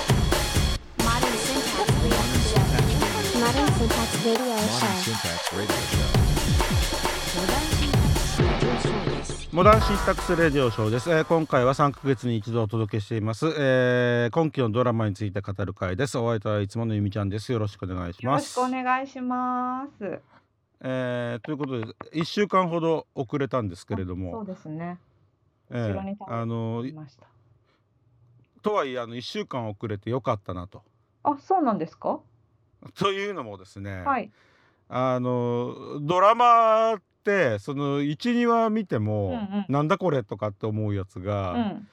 Modern Modern syntax radio show. Modern syntax radio show. Syntax Radio Show. モダンシンタックスレディオショーです、えー今回は3ヶ月に一度お届けしています、えー今期のドラマについて語る会ですお相手はいつものゆみちゃんですよろしくお願いしよろましすくお願いします。えーということで1週間ほど遅れたんですけれどそうもですね。え後ろーに倒れてあのいました。とはいえあの1週間遅れてよかったなとあ、そうなんですか。というのもですね、はい。あのドラマってその12話見ても、うんうんなんだこれとかって思うやつうが、ん。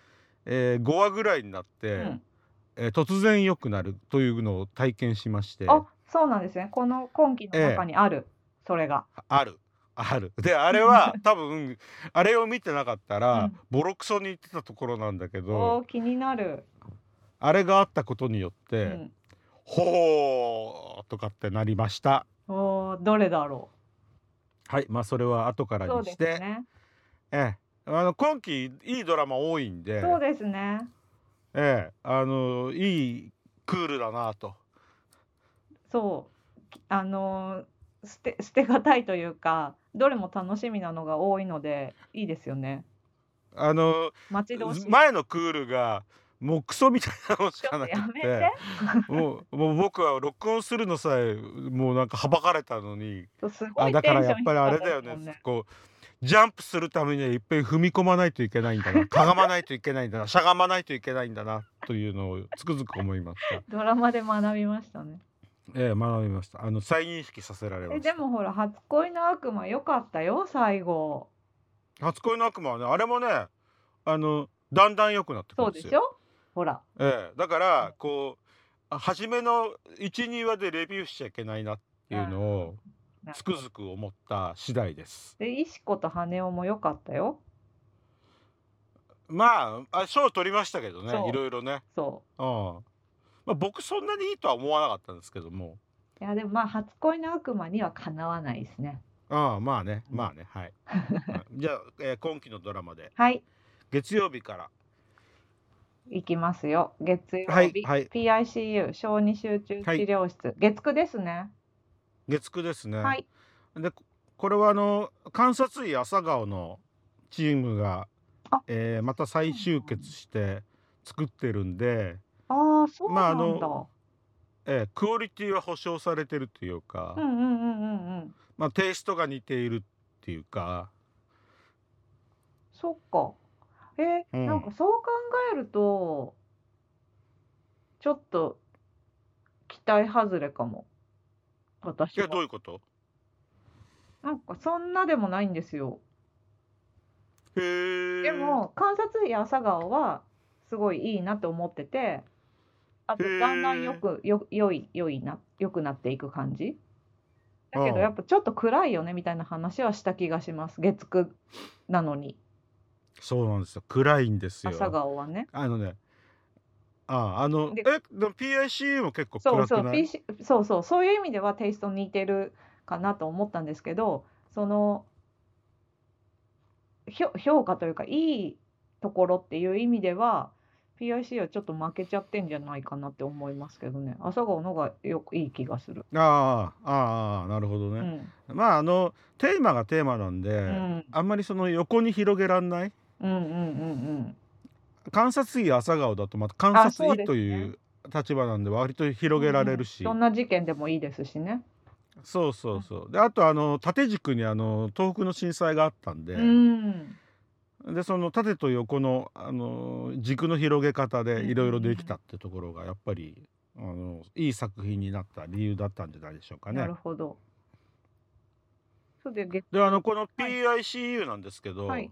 えー5話ぐらいになって、うん。えー突然良くなるというのを体験しましてあ、そうなんですね。この今期の中にある。それが。あるあるであれ は多分あれを見てなかったら、うんボロクソに言ってたところなんだけおどー、気になる。あれがあったことによって、うん。ほーとかってなりましたおー、どれだろはいまあそれは後かう。らそうにでしすて、ね。ええあの今期いいドラマ多いんでそうですね。ええあのいいクールだなとそう。きあのー、捨て、捨てがたいというか。どれも楽しみなのが多いので。いいですよね。あの待ち遠しい。前のクールがもうクソみたいなのしちかょっなとやくめてて。もうもう僕は録音するのさえもうなんかはばかれたのにそうすごあいだかテらンシやっョンぱりあれだよ低かったですもんね。こうジャンプするためにはいっぺん踏み込まないといけないんだ なかがまないといけないんだなしゃがまないといけないんだなというのをつくづく思いました。ドラマで学びましたね。ええ学びました。あの再認識させられまえしでた。もほら初恋の悪魔良かったよ最後初恋の悪魔はねあれもねあのだんだん良くなってくそるんうでですよし。ょほらええ、だからこうあ初めの12話でレビューしちゃいけないなっていうのをなつくづく思った次第です。で石子と羽男も良かったよまああ賞取りましたけどそねういろいろね。そ うんまあ、僕そんなにいいとは思わなかったんですけども。ういやでもまあ初恋の悪魔にはかなわないですねああまあねまあねはい、はい じゃあ、えー今期のドラマではい月曜日から行きますよ月曜日、はいはい PICU 小児集中治はい療室、月9ですね月9ですね。はいでここれはあの観察医朝顔のチームがあ、えーまた再集結して作ってるんで、ああそうまあなあんのだ、えークオリティは保証されてるというか、うんうんうんうんうんまあ、テイストが似ているっていうかそっかえーうんなんかそう考えるとちょっと期待外れかもい私やはどういうことなんかそんなでもないんですよへーでも観察医朝顔はすごいいいなと思っててあとへーだんだんよくよよいよいなよくなっていく感じだけうんどやっぱちょっと暗いよねみたいな話はした気がします月9なのにそうなんですよ暗いんですよ朝顔はねあのねあああのでえでも PICU も結構そ暗うそうくない PC そうそうそういう意味ではテイスト似てるかなと思ったんですけどその評評価というかいいところっていう意味では PIC はちょっと負けちゃってんじゃないかなって思いますけどね朝顔の方がよくいい気がする。ああああなるほどうね、んまああのテーマがテーマなんで、うんあんまりその横に広げらんないうんうんうん観察医朝顔だとまた観あそ察うです医ねという立場なんで割とうん広げられるし、どんな事件でもいいですしね。そうそうそうであとあの縦軸にあの東北の震災があったんで、うんでその縦と横のあの軸の広げ方でいろいろできたってところがやっぱりあのいい作品になった理由だったんじゃないでしょうかなねる。ほど。そうで月であのこの PICU なんですけど、はい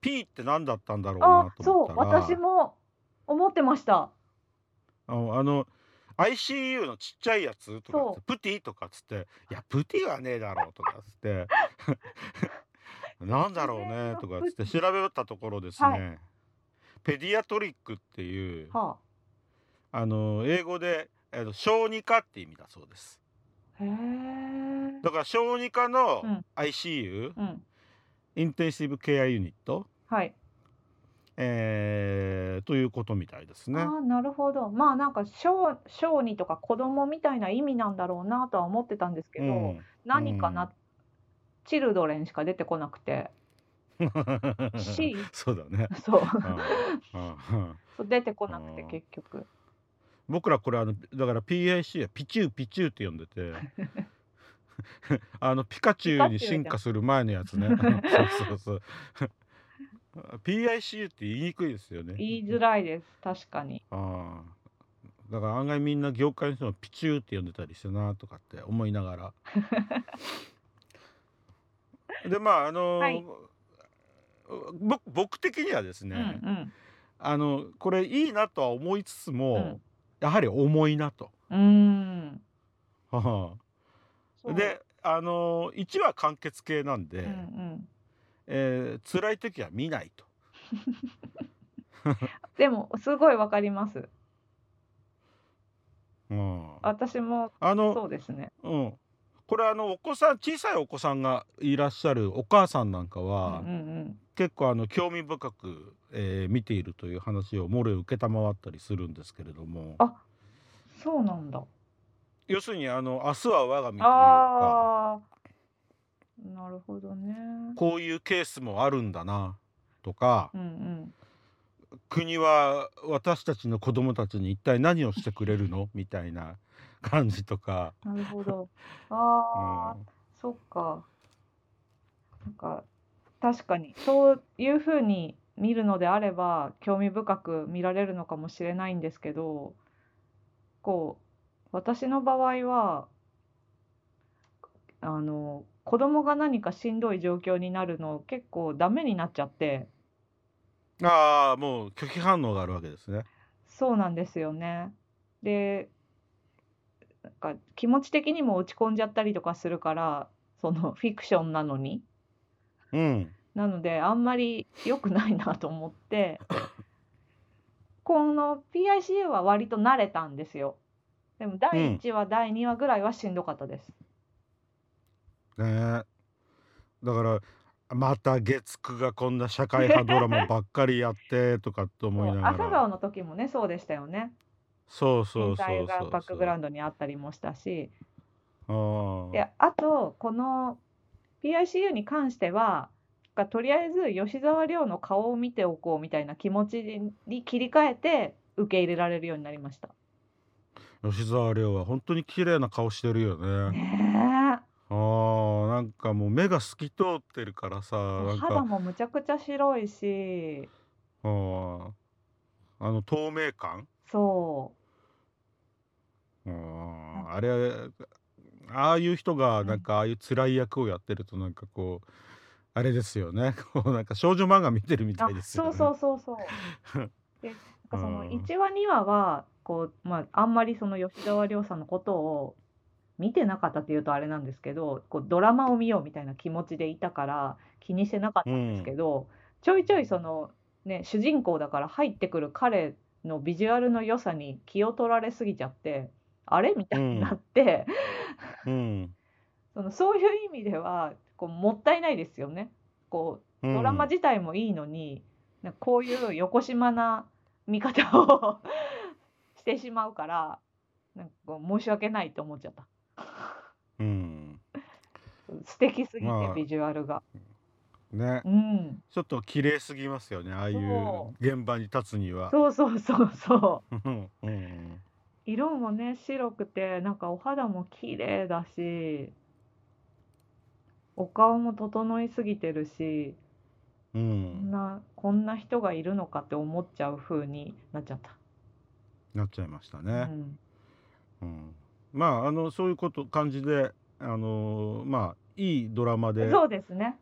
P って何だったんだろうあなとそ思っうたら私も思ってました。あのあの ICU のちっちゃいやつとかっそてプティとかっつって「いやプティはねえだろ」とかっつ って「なんだろうね」とかっつって調べたところですね、はペディアトリックっていうはああの英語で、えっと小児科って意味だそうです。へえ。だから小児科のうん ICU、うん。インテンシブケアユニット、はい。えーということみたいですあね。あ、なるほど。まあなんか小小児とか子供みたいな意味なんだろうなとは思ってたんですけうど、ん、何かな、うんチルドレンしか出てこなくて、C そうだね。そううんうんうんそう出てこなくてうん結局。僕らこれあのだから PIC はピチューピチューって呼ん でてあのピカチュウに進化する前のやつね そうそうそう PICU って言いにくいですよね言いづらいです。確かに。あーだから案外みんな業界の人もピチューって呼んでたりしてなとかって思いなが らでまああのーはいぼ僕的にはですうね、んうん。あのこれいいなとは思いつつも、うんやはり重いなと。 うーん。はそあう、であのー、1話完結系なんで、うんうん。えー辛い時は見ないと。でもすごいわかります。うん、あ私もそのうですね。うん、これあのお子さん小さいお子さんがいらっしゃるお母さんなんかうんは、うん結構あの興味深く、えー見ているという話をもろ受けたまわったりするんですけれどもあうん。そうなんだ。要するにあの「明日は我が身」というかああ。なるほどね。こういうケースもあるんだなとかうんうん。国は私たちの子供たちに一体何をしてくれるのみたいな感じとか。なるほ ど。うああ。んそっか。なんか確かにそういうふうに見るのであれば興味深く見られるのかもしれないんですけど、こう私の場合はあの子供が何かしんどい状況になるの結構ダメになっちゃって、ああもう拒否反応があるわけですね。そうなんですよね。で、なんか気持ち的にも落ち込んじゃったりとかするから、その フィクションなのに。うん。なのであんまり良くないなと思って この PICU は割と慣れたんですよでも第1話、第2話ぐらいはしんどかったですねえだからまた月9がこんな社会派ドラマばっかりやってとかって思いなが朝ら。顔の時もねそうでしたよねそうそう天そ才うそうがそう。バックグラウンドにあったりもしたしああであとこの PICU に関してはがとりあえず吉沢亮の顔を見ておこうみたいな気持ちに切り替えて受け入れられるようになりました。吉沢亮は本当に綺麗な顔してるよね。ねえああなんかもう目が透き通ってるからさなん肌かもむちゃくちゃ白いしあーあの透明感そうんあれああいう人がなんかああいう辛い役をやってるとなんかこうあれですよね こうなんか少女漫画見てるみうあたいですそよね。うそうそうそう でなんかそのうん1話2話はこう、まあ、あんまりその吉沢亮さんのことを見てなかったっていうとあれなんですけどこうドラマを見ようみたいな気持ちでいたから気にしてなかったんですけど、ちょいちょいその、ね、主人公だから入ってくる彼のビジュアルの良さに気を取られすぎちゃってあれみたいになって、うんそのそういう意味ではこうもったいないですよね。こうドラマ自体もいいのに、なんかこういう横島な見方を してしまうからなんかこう申し訳ないと思っちゃったうん素敵すぎてまあビジュアルが、ねうんちょっと綺麗すぎますよねああいうそ現場に立つには。そうそうそうそう うんうん色もね白くてなんかお肌も綺麗だしお顔も整いすぎてるしうこんんなこんな人がいるのかって思っちゃう風になっちゃった。なっちゃいましたうね。んうんまああのそういうこと感じであのーまあいいドラマでそうですね。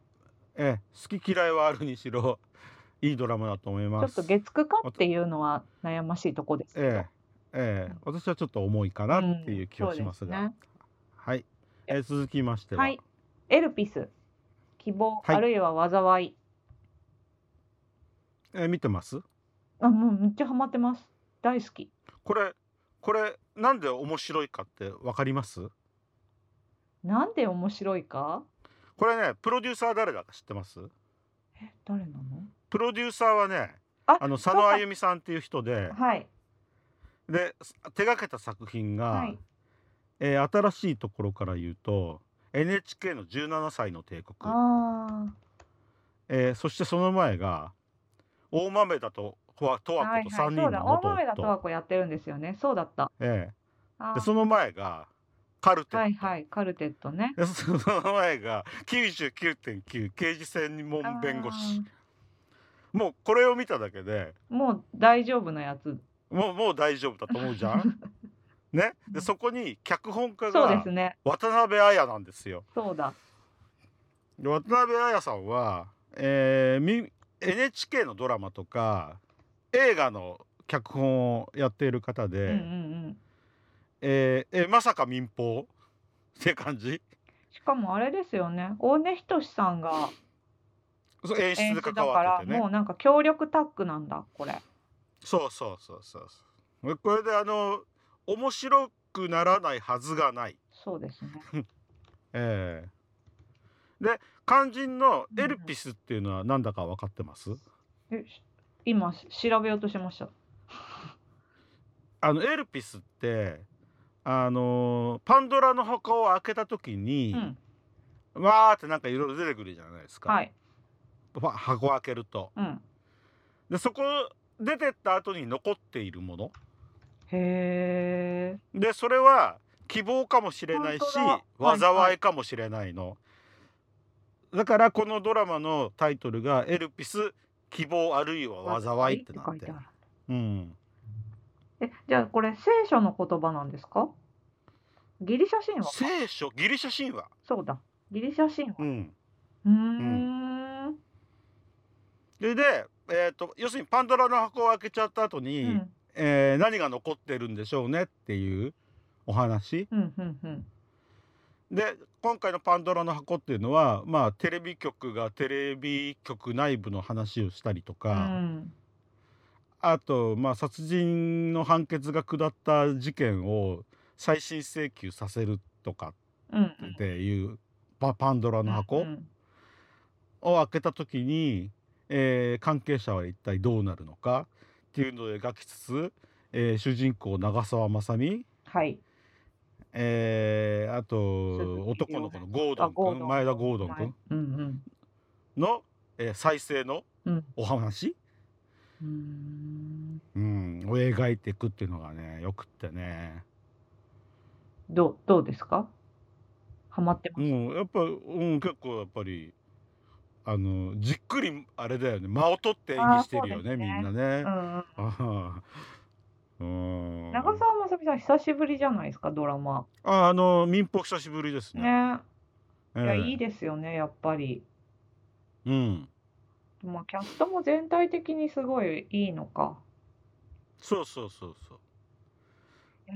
ええ好き嫌いはあるにしろ いいドラマだと思いちょまっす。と月9かっていうのは悩ましいとこですけど。ええええ、私はちょっと重いかなっていう気はしますが、うんそうではい、えー続きましてすねは、はい。エルピス、希望、はいあるいは災い。えー見てますあ、もうめっちゃハマってます。大好き。これこれなんで面白いかってわかりますなんで面白いかこれねプロデューサー誰だか知ってますえ誰なのプロデューサーはねああの佐野あゆみさんっていう人ではいで手がけた作品が、はいえー新しいところから言うと NHK の「17歳の帝国」ああえーそしてその前が大豆だととわとわは子いとは3い人そうだの大元夫、豆だとはこやってるんですよねそうだったえあえーでその前がカルテット、はいはいカルテットねでその前が99.9刑事専門弁護士もうこれを見ただけであーもう大丈夫なやつもうもう大丈夫だと思うじゃ んねでそこに脚本家そうでがすね渡辺彩なんですよそうだで渡辺彩さんは、えーみ NHK のドラマとか映画の脚本をやっている方で、うんうんうんえーえまさか民放 って感じしかもあれですよね大根仁さんがそう演出演出で関だかわってらてねもうなんか協力タッグなんだこれそうそうそうそうそうこれであの面白くならないはずがないそうですねええで肝心のエルピスっていうのはなんだか分かってます、えし今し調べようとしましたあのエルピスってあのーパンドラの箱を開けた時にう、んわーってなんかいろいろ出てくるじゃないですか、はいわ箱を開けるとうんでそこ出てった後に残っているものへえでそれは希望かもしれないし本当だ災いかもしれないの、だからこのドラマのタイトルが「エルピス希望あるいは災い」ってな書っいててあるるうんえじゃあこれ聖書の言葉なんですかギリシャ神話か聖書ギリシャ神話、そうだギリシャ神話うん、うーんうんでで、えー、と要するにパンドラの箱を開けちゃった後に、うんえー何が残ってるんでしょうねっていうお話うんうんで今回の「パンドラの箱」っていうのはまあテレビ局がテレビ局内部の話をしたりとうか。んあと、まあ、殺人の判決が下った事件を再審請求させるとかうんっていう、パパンドラのう箱んを開けた時に、えー関係者は一体どうなるのかっていうのを描きつつ、えー主人公長澤まさみ、はいえーあ鈴木と亮男の子のゴードンあゴー君ドン前田ゴードン君うんの、えー再生のうんお話、うんうーんうん、を描いていくっていうのがねよくってね。どうどうですかハマってまうすん、やっぱ、うん、結構やっぱり。あの、じっくり、あれだよね、間を取って演技してるよね、あーそうですみねんなねう。んうんああ。うん。長澤まさみさん久しぶりじゃないですかドラマあ、あの、民放久しぶりですね。ねえいえやいいですよねやっぱりうん。まあキャストも全体的にすごいいいのかそうそうそうそう。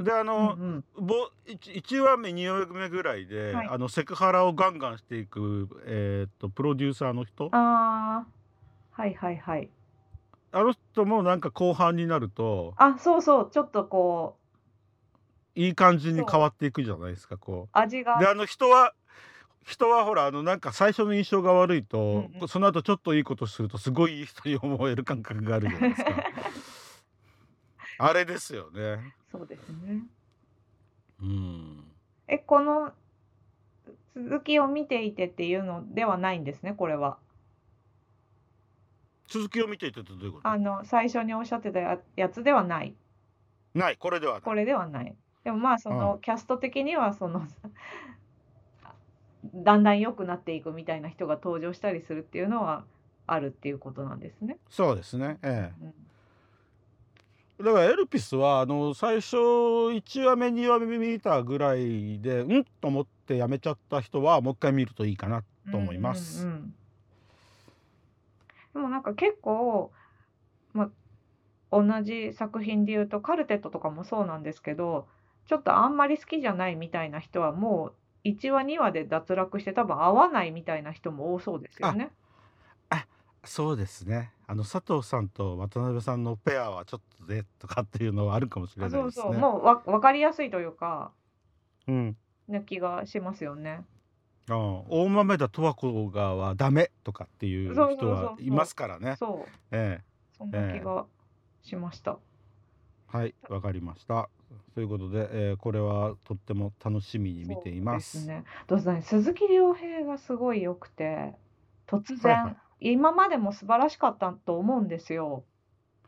で、あの、うんぼ、一、一話目、二話目ぐらいで、はいあの、セクハラをガンガンしていく。えーっと、プロデューサーのう人ん、。ああはいはいはいあの人も、なんか後半になると、あそうそうちょっとこういい感じにそう変わっていくじゃないですか、こう。味がであの人は人はほらあのなんか最初の印象が悪いと、うんうんその後ちょっといいことするとすごいいい人に思える感覚があるじゃないで すかあれですよねそうですねうんえこの続きを見ていてっていうのではないんですねこれは続きを見ていてどういうこあとの最初におっしゃってたややつではないないこれではなこいれではないでもまあその、うんキャスト的にはその だんだん良くなっていくみたいな人が登場したりするっていうのはあるっていうことなんですね。そうですねえうんえだからエルピスはあの最初1話目2話目見たぐらいでうんと思ってやめちゃった人はもう一回見るといいかなと思いますうんうんうんでもなんか結構、まあ、同じ作品で言うとカルテットとかもそうなんですけどちょっとあんまり好きじゃないみたいな人はもう1話2話で脱落して多分合わないみたいな人も多そうですよね。そうですねあの佐藤さんと渡辺さんのペアはちょっとでとかっていうのはあるかもしれあなそいうですそうねもうわ分かりやすいというかうんな気がしますよね。うん大豆田十和子がはダメとかっていうそうそうそ人うはいますからね。そう、えそんな気がしました。え、はいわかりました。ということで、えーこれはとっても楽しみに見ていまそす。うですね。どうぞね、鈴木亮平がすごい良くて、突はいは然、今までも素晴らしかったと思うんですよ。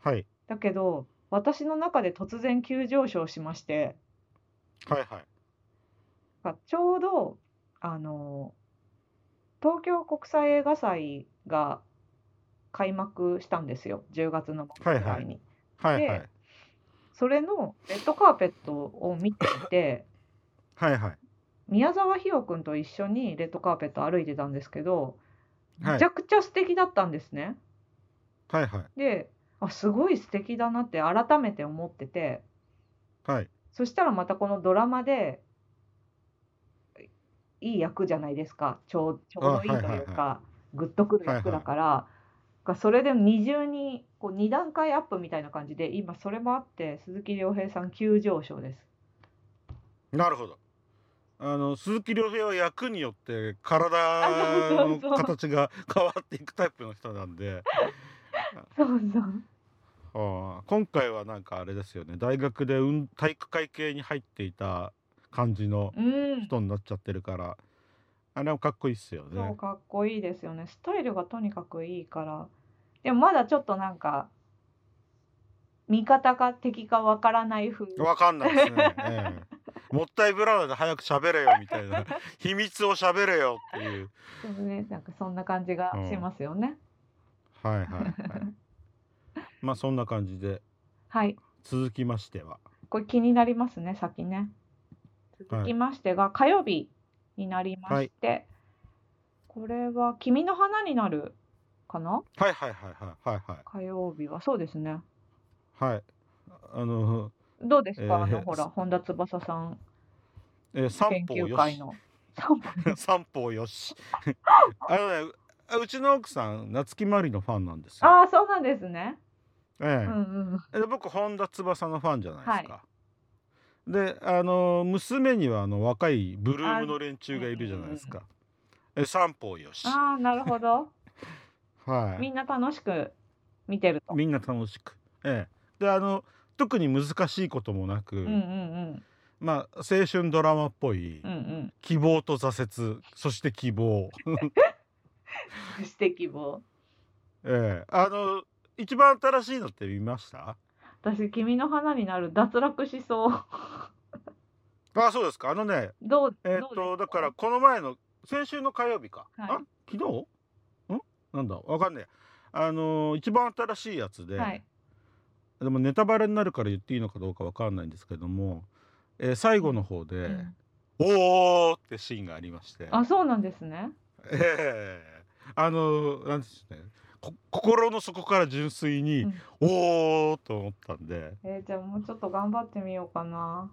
はいだけど、私の中で突然急上昇しまして、はいはいがちょうど、あの、東京国際映画祭が開幕したんですよ、10月の末ぐらいに。はいはいはいはいそれのレッドカーペットを見ていて、はいはい宮沢ひよくんと一緒にレッドカーペット歩いてたんですけど、はめいちゃくちゃ素敵だったんですね。はいはいで、あ、すごい素敵だなって改めて思ってて、はいそしたらまたこのドラマで、いい役じゃないですか。ちょう、ちょうどいいというあはいはいか、グッとくる役だから、がそれで二重に、こう二段階アップみたいな感じで、今それもあって、鈴木亮平さん急上昇 です。なるほど。あの鈴木亮平は役によって体の形が変わっていくタイプの人なんで。そうそう。ああ今回はなんかあれですよね大学で運体育会系に入っていた感じのうん。人になっちゃってるから、あれもかっこいいっすよそうね。かっこいいですよね。スタイルがとにかくいいから。でもまだちょっとなんか、味方か敵かわからない風。わかんないです ね、ええもったいぶらないで早く喋れよみたい な秘密を喋れよっていうそうね、なんかそんな感じがしますよね。はいはい はいまあそんな感じではい。続きましてはこれ気になりますね、先ね。続きましてが、火曜日になりまして、これは「君の花になる」かなはいはいはいはいはい火曜日はそうですね。はいはいあの、どうですか、あえのーほら本田翼さんえー、研三方究よ会しの。散歩 三方よしあのねううちの奥さん夏木マリのファンなんですよ、ああそうなんですね。うえんうんえで僕本田翼のファンじゃないですか、であの娘にはあの若いブルームの連中がいるじゃないですかえ三方よしああなるほど。はみいんな楽しく見てると。みんな楽しくええであの特に難しいこともなく、うんうんまあ青春ドラマっぽい、うんうんうん。希望と挫折そして希望 そして希望。ええあの一番新しいのって見ました私君の花になる脱落しそう。あそうですかあのねどうえーっどとうでだすからこの前の先週の火曜日か、はいあ昨日んなんだわかんねえあのー一番新しいやつで、はい。でもネタバレになるから言っていいのかどうかわかんないんですけども、えー最後の方で「うんおー!」ってシーンがありましてあそうなんですね。ええあのーなんですねこ心の底から純粋にうん「おー!」と思ったんでえー、じゃあもうちょっと頑張ってみようかな。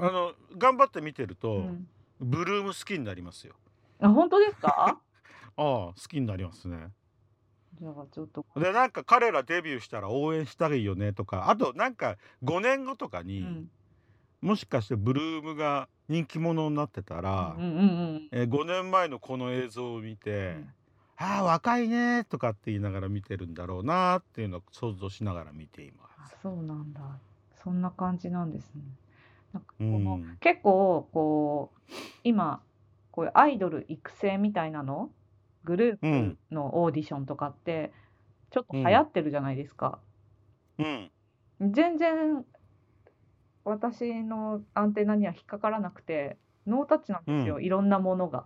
あの頑張って見てると、うん。ブルーム好きになりますよ。あ本当ですか？ ああ好きになりますね。じゃあちょっと。でなんか彼らデビューしたら応援したいよねとかあとなんか5年後とかうに、ん。もしかしてブルームが人気者になってたうら、んうんえー5年前のこの映像を見うてん。 「ああ若いね」とかって言いながら見てるんだろうなっていうのを想像しながら見ていまあす。そうなんだ。そんな感じなんですね。なんかこうんの、結構こう今こういうアイドル育成みたいなのグルうーんプのオーディションとかってちょっと流行ってるじゃないですか。うん、全然私のアンテナには引っかからなくてノータッチなんですよ、ういろんなものが。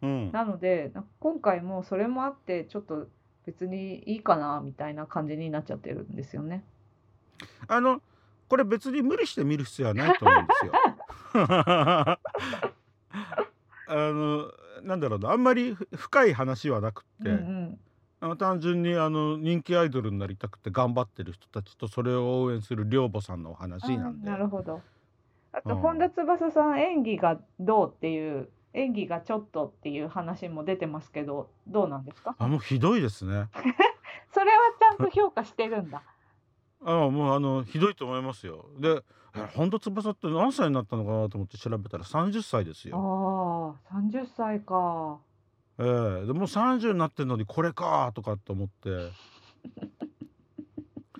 うん、なのでなんか今回もそれもあってちょっと別にいいかなみたいな感じになっちゃってるんですよね。あのこれ別に無理して見る必要はないと思うんですよ。 あのなんだろうなあんまり深い話はなくって。うんあの単純にあの人気アイドルになりたくて頑張ってる人たちとそれを応援する寮母さんのお話うん、なんであーなるほど。あとうん本田翼さん演技がどうっていう演技がちょっとっていう話も出てますけどどうなんですかあもうひどいですねそれはちゃんと評価してるんだ。ああもうあのひどいと思いますよ。でえ本当翼って何歳になったのかなと思って調べたら30歳ですよ。ああ、30歳か。ええでもう30になってるのにこれかとかと思って。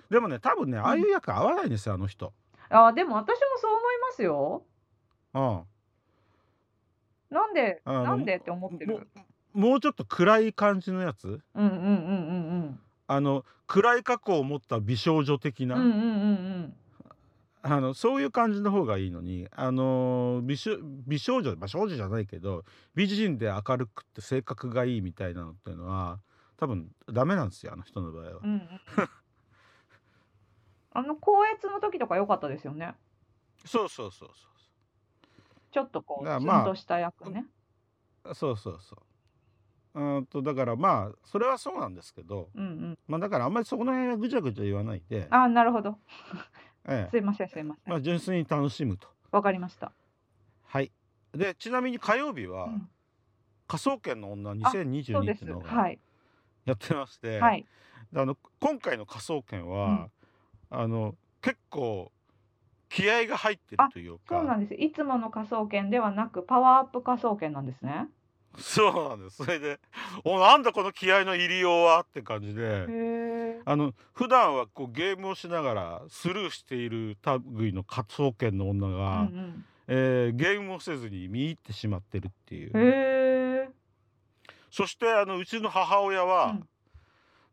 でもね多分ねああいう役合わないんですよあの人。ああ、でも私もそう思いますよ。うん。なんで、あのなんでって思ってもる。もうちょっと暗い感じのやつうんうんうんあの暗い過去を持った美少女的うんうな、ん。うんうんうんあのそういう感じの方がいいのにあの美少美少女、まあ、少女じゃないけど美人で明るくて性格がいいみたいなのっていうのは多分ダメなんですよあの人の場合は。うん。うんう ん、あの高越の時とか良かったですよね。そうそうそうちょっとこう、だからちまあゃんとした役ね。そうそうそうそう。うーんとだからまあそれはそうなんですけど、うんうん。まあ、だからあんまりそこの辺はぐちゃぐちゃ言わないで、ああ、なるほど。ええすいません、すいません。まわ、あ、純粋に楽しむと。かりました。はい、でちなみに火曜日は、うん科捜研の女そう2022でってすいうの。はがい。やってまして、はい。であの今回の科捜研は、あの結構気合が入ってるというそうなかんです。いつもの科捜研ではなく、パワーアップ科捜研なんですね。そうなんですそれで「おなんだこの気合の入りようは」って感じでへ。え。あの普段はこうゲームをしながらスルーしている類の科捜研の女うが、んえーゲームをせずに見入ってしまってるっていうん。うへえ。そしてあのうちの母親うは、ん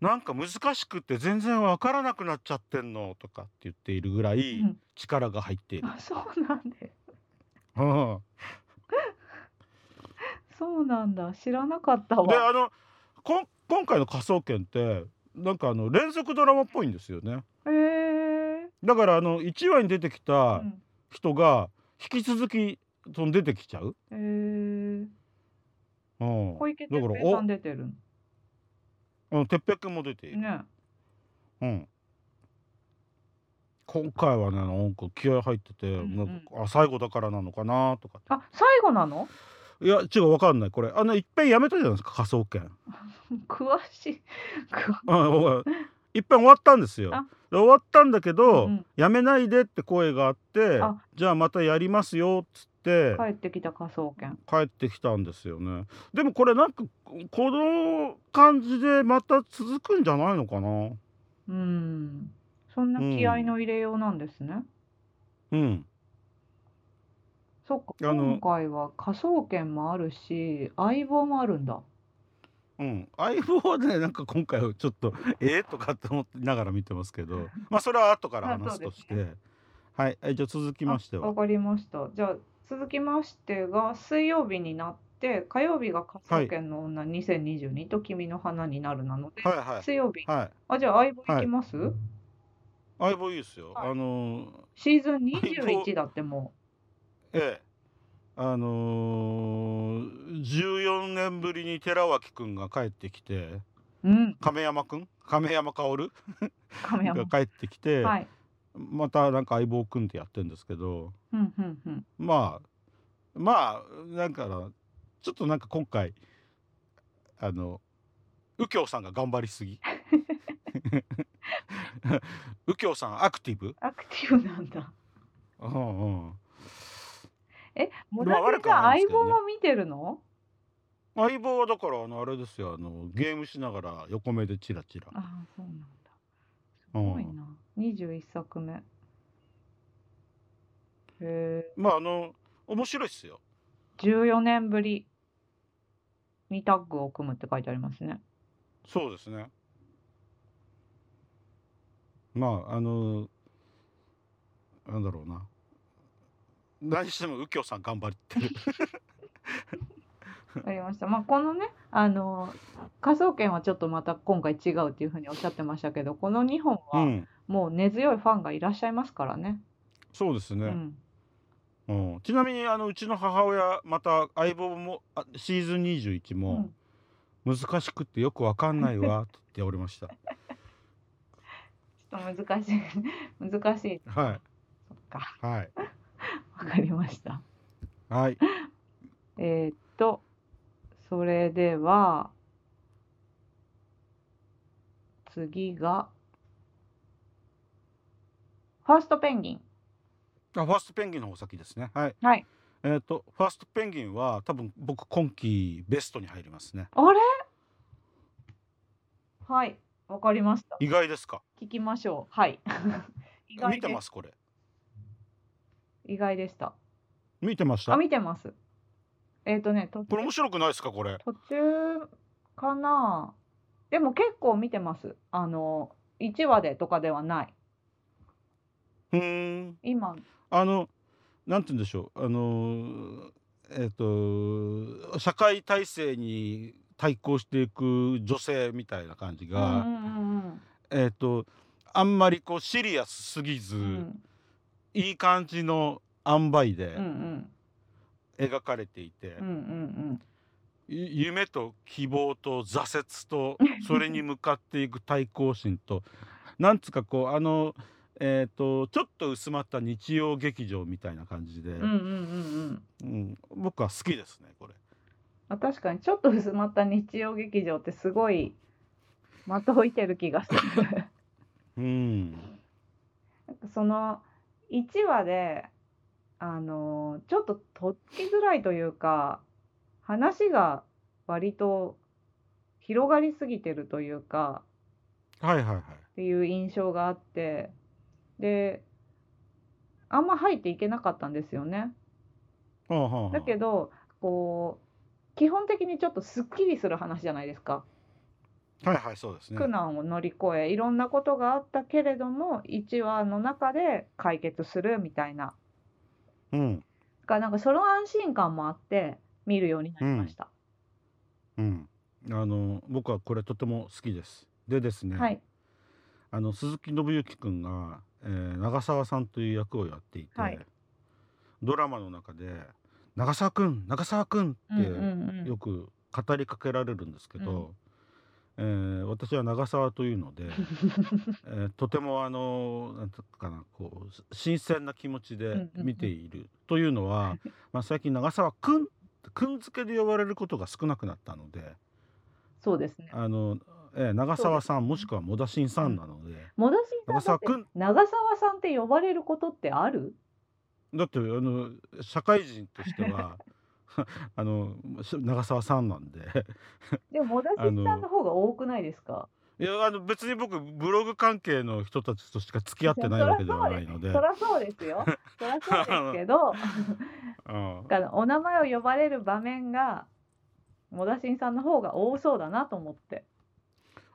なんか難しくって全然わからなくなっちゃってんのとかって言っているぐらいうん力が入っている。あ、そうなんで。うんそうなんだ。知らなかったでわ。あのこん今回の「科捜研」ってなんかあの連続ドラマっぽいんですよね。へえ。だからあの1話に出てきうたん。人が引き続きその出てきちゃう。へえ。うん、小池だから徹平さん出てる。おうん鉄平君も出ている。ね。うん今回はねなんか気合入ってて、うんうんなんかあ最後だからなのかなとかってあ、最後なの。いや違うわかんないこれあのいっぺんやめたじゃないですか科捜研。詳しい。 詳あおい いっぺん終わったんですよあ。で終わったんだけど、うんうんやめないでって声があってあじゃあまたやりますよっつって帰ってきた科捜研。帰ってきたんですよね。でもこれなんかこの感じでまた続くんじゃないのかな。うん。そんな気合の入れようなんですね。うん。そっか。あの今回は科捜研もあるし、相棒もあるんだ。うん、相棒はねなんか今回はちょっとえー、とかって思ってながら見てます けどまあそれは後から話すとして、あそはいえじゃあ続きましてあわはかりました。じゃあ続きましてが水曜日になって火曜日が科捜研の女2022と君の花になるなので、はいはい水曜日。はいあじゃあ相棒いきます？相棒いいですよ、はいあのーシーズン相棒21だってもええあのー、14年ぶりに寺脇くんが帰ってきてう。うん。亀山くん亀山薫亀が山。帰ってきて、はい。またなんか相棒くんってやってるんですけどうんうんうん。まあまあなんかなちょっとなんか今回あの右京さんが頑張りす ぎ右京さんアクティブアクティブなんだ。うんうんえ、村まあ悪田くはさんないです相棒けどねも見てるの？相棒はだからあのあれですよあのゲームしながら横目でチラチラああそうなんだ。すごいな。21作目。へえ。まああの面白いっすよ。 14年ぶりにタッグを組むって書いてあります ね。そうですね。まああのなんだろうな。何しても右京さん頑張って る。わかりました。まあこのね、あの科捜研はちょっとまた今回違うっていうふうにおっしゃってましたけど、この2本うはん、もう根強いファンがいらっしゃいますからね。そうですうね。ん。うん、ちなみにあのうちの母親また相棒もあシーズン21うもん難しくってよくわかんないわって言っており ました。ちょっと難しい 難しいはそっかいはいわかりましたはいえーっとそれでは次がファーストペンギン。あファーストペンギンの方先ですねはい、はいえっ、とファーストペンギンは多分僕今季ベストに入りますねあれはい、わかりました。意外ですか聞きましょう。はい。 意外見てでますこれ意外でした。見てましたあ、見てます。えっ、とね、途こ中れ面白くないですかこれ途中かな。でも結構見てます。あの、1話でとかではない。うーん今、あのなんて言うんでしょうあのえっ、と社会体制に対抗していく女性みたいな感じうんうが、んえっ、とあんまりこうシリアスすぎず、うんうん。うんいい感じの塩梅でうん描かれていて、うんうんうんい夢と希望と挫 折とそれに向かっていく対抗心となんつうかこうあのえっ、とちょっと薄まった日曜劇場みたいな感じで、うんうんうんうんうん僕は好きですねこれ。あ確かにちょっと薄まった日曜劇場ってすごい的を置いてる気がするうん、なんかその1話であのーちょっととっつきづらいというか話が割と広がりすぎてるというかはいはいはい。っていう印象があってであんま入っていけなかったんですよね。はあはあはあだけどこう基本的にちょっとすっきりする話じゃないですか。はいはいそうですね。苦難を乗り越えいろんなことがあったけれども1話の中で解決するみたいなうんだからなんかその安心感もあって見るようになりました、うん。あの僕はこれとても好きです。でですね、はいあの鈴木伸之君が、えー長澤さんという役をやっていて、はいドラマの中で長澤くん長澤くんっうんうて、んうんよく語りかけられるんですけど、えー私は長澤という ので、えーとてもあのなんていうかなこう新鮮な気持ちうんでうんうん見ている、というの は、まあ、最近長澤くんくん付けで呼ばれることが少なくなったのでそうですねあの、えー長澤さんもしくは野田新さんなので、もだ長さんだっ澤てくん長澤さんって呼ばれることってあるだってあの社会人としては あのし長澤さんな んででももだしさんあのの方が多くないですかいやあの別に僕ブログ関係の人たちとしか付き合ってないわけではないのでそらそうです よそらそうですけどうんだからお名前を呼ばれる場面がもだしんさんの方が多そうだなと思って、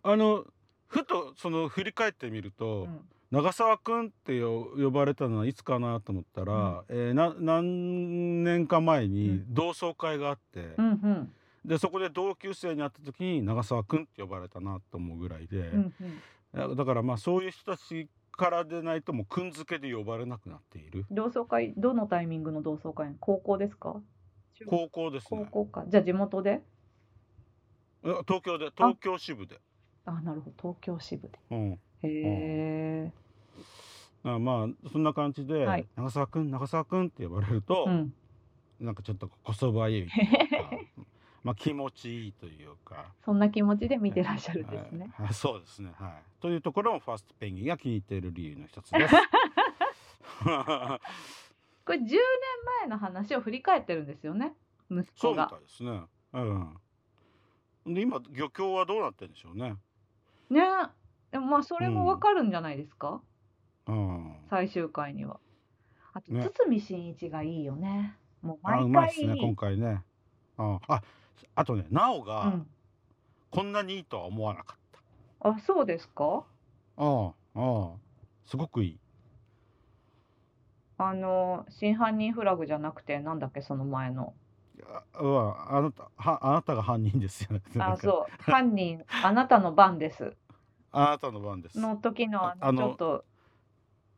あのふとその振り返ってみると、うん長澤くんってよ呼ばれたのはいつかなと思ったら、えーな何年か前うにん同窓会があって、うんうんでそこで同級生に会った時に長澤くんって呼ばれたなと思うぐらいで。うんうん、だだからまあそういう人たちからでないともうくん付けで呼ばれなくなっている同窓会どのタイミングの同窓会高校ですか高校です高ね校かじゃあ地元であ東京で東京支部であなるほど東京支部でうんへえあまあそんな感じで、はい長澤くん長澤くんって呼ばれると、うんなんかちょっとこそばゆいというかまあ気持ちいいというかそんな気持ちで見てらっしゃるんですねはいあそうですねはいというところもファーストペンギンが気に入っている理由の一つです これ10年前の話を振り返ってるんですよね息そう子みたがいですねうんで今漁協はどうなってるんでしょうねねでもまあそれもわかるんじゃないですか、うん最終回にはあと、ね堤真一がいいよねもうあ毎うまい回っすね今回ねあああとねなおうがん、こんなにいいとは思わなかっあそうですかた、ああああすごくいいあの真犯人フラグじゃなくてなんだっけその前のあうんあなたはあなたが犯人ですよねなんあ、かそう。犯 人、あなたの番です。あなたの番ですの時の、あの、あのちょっと、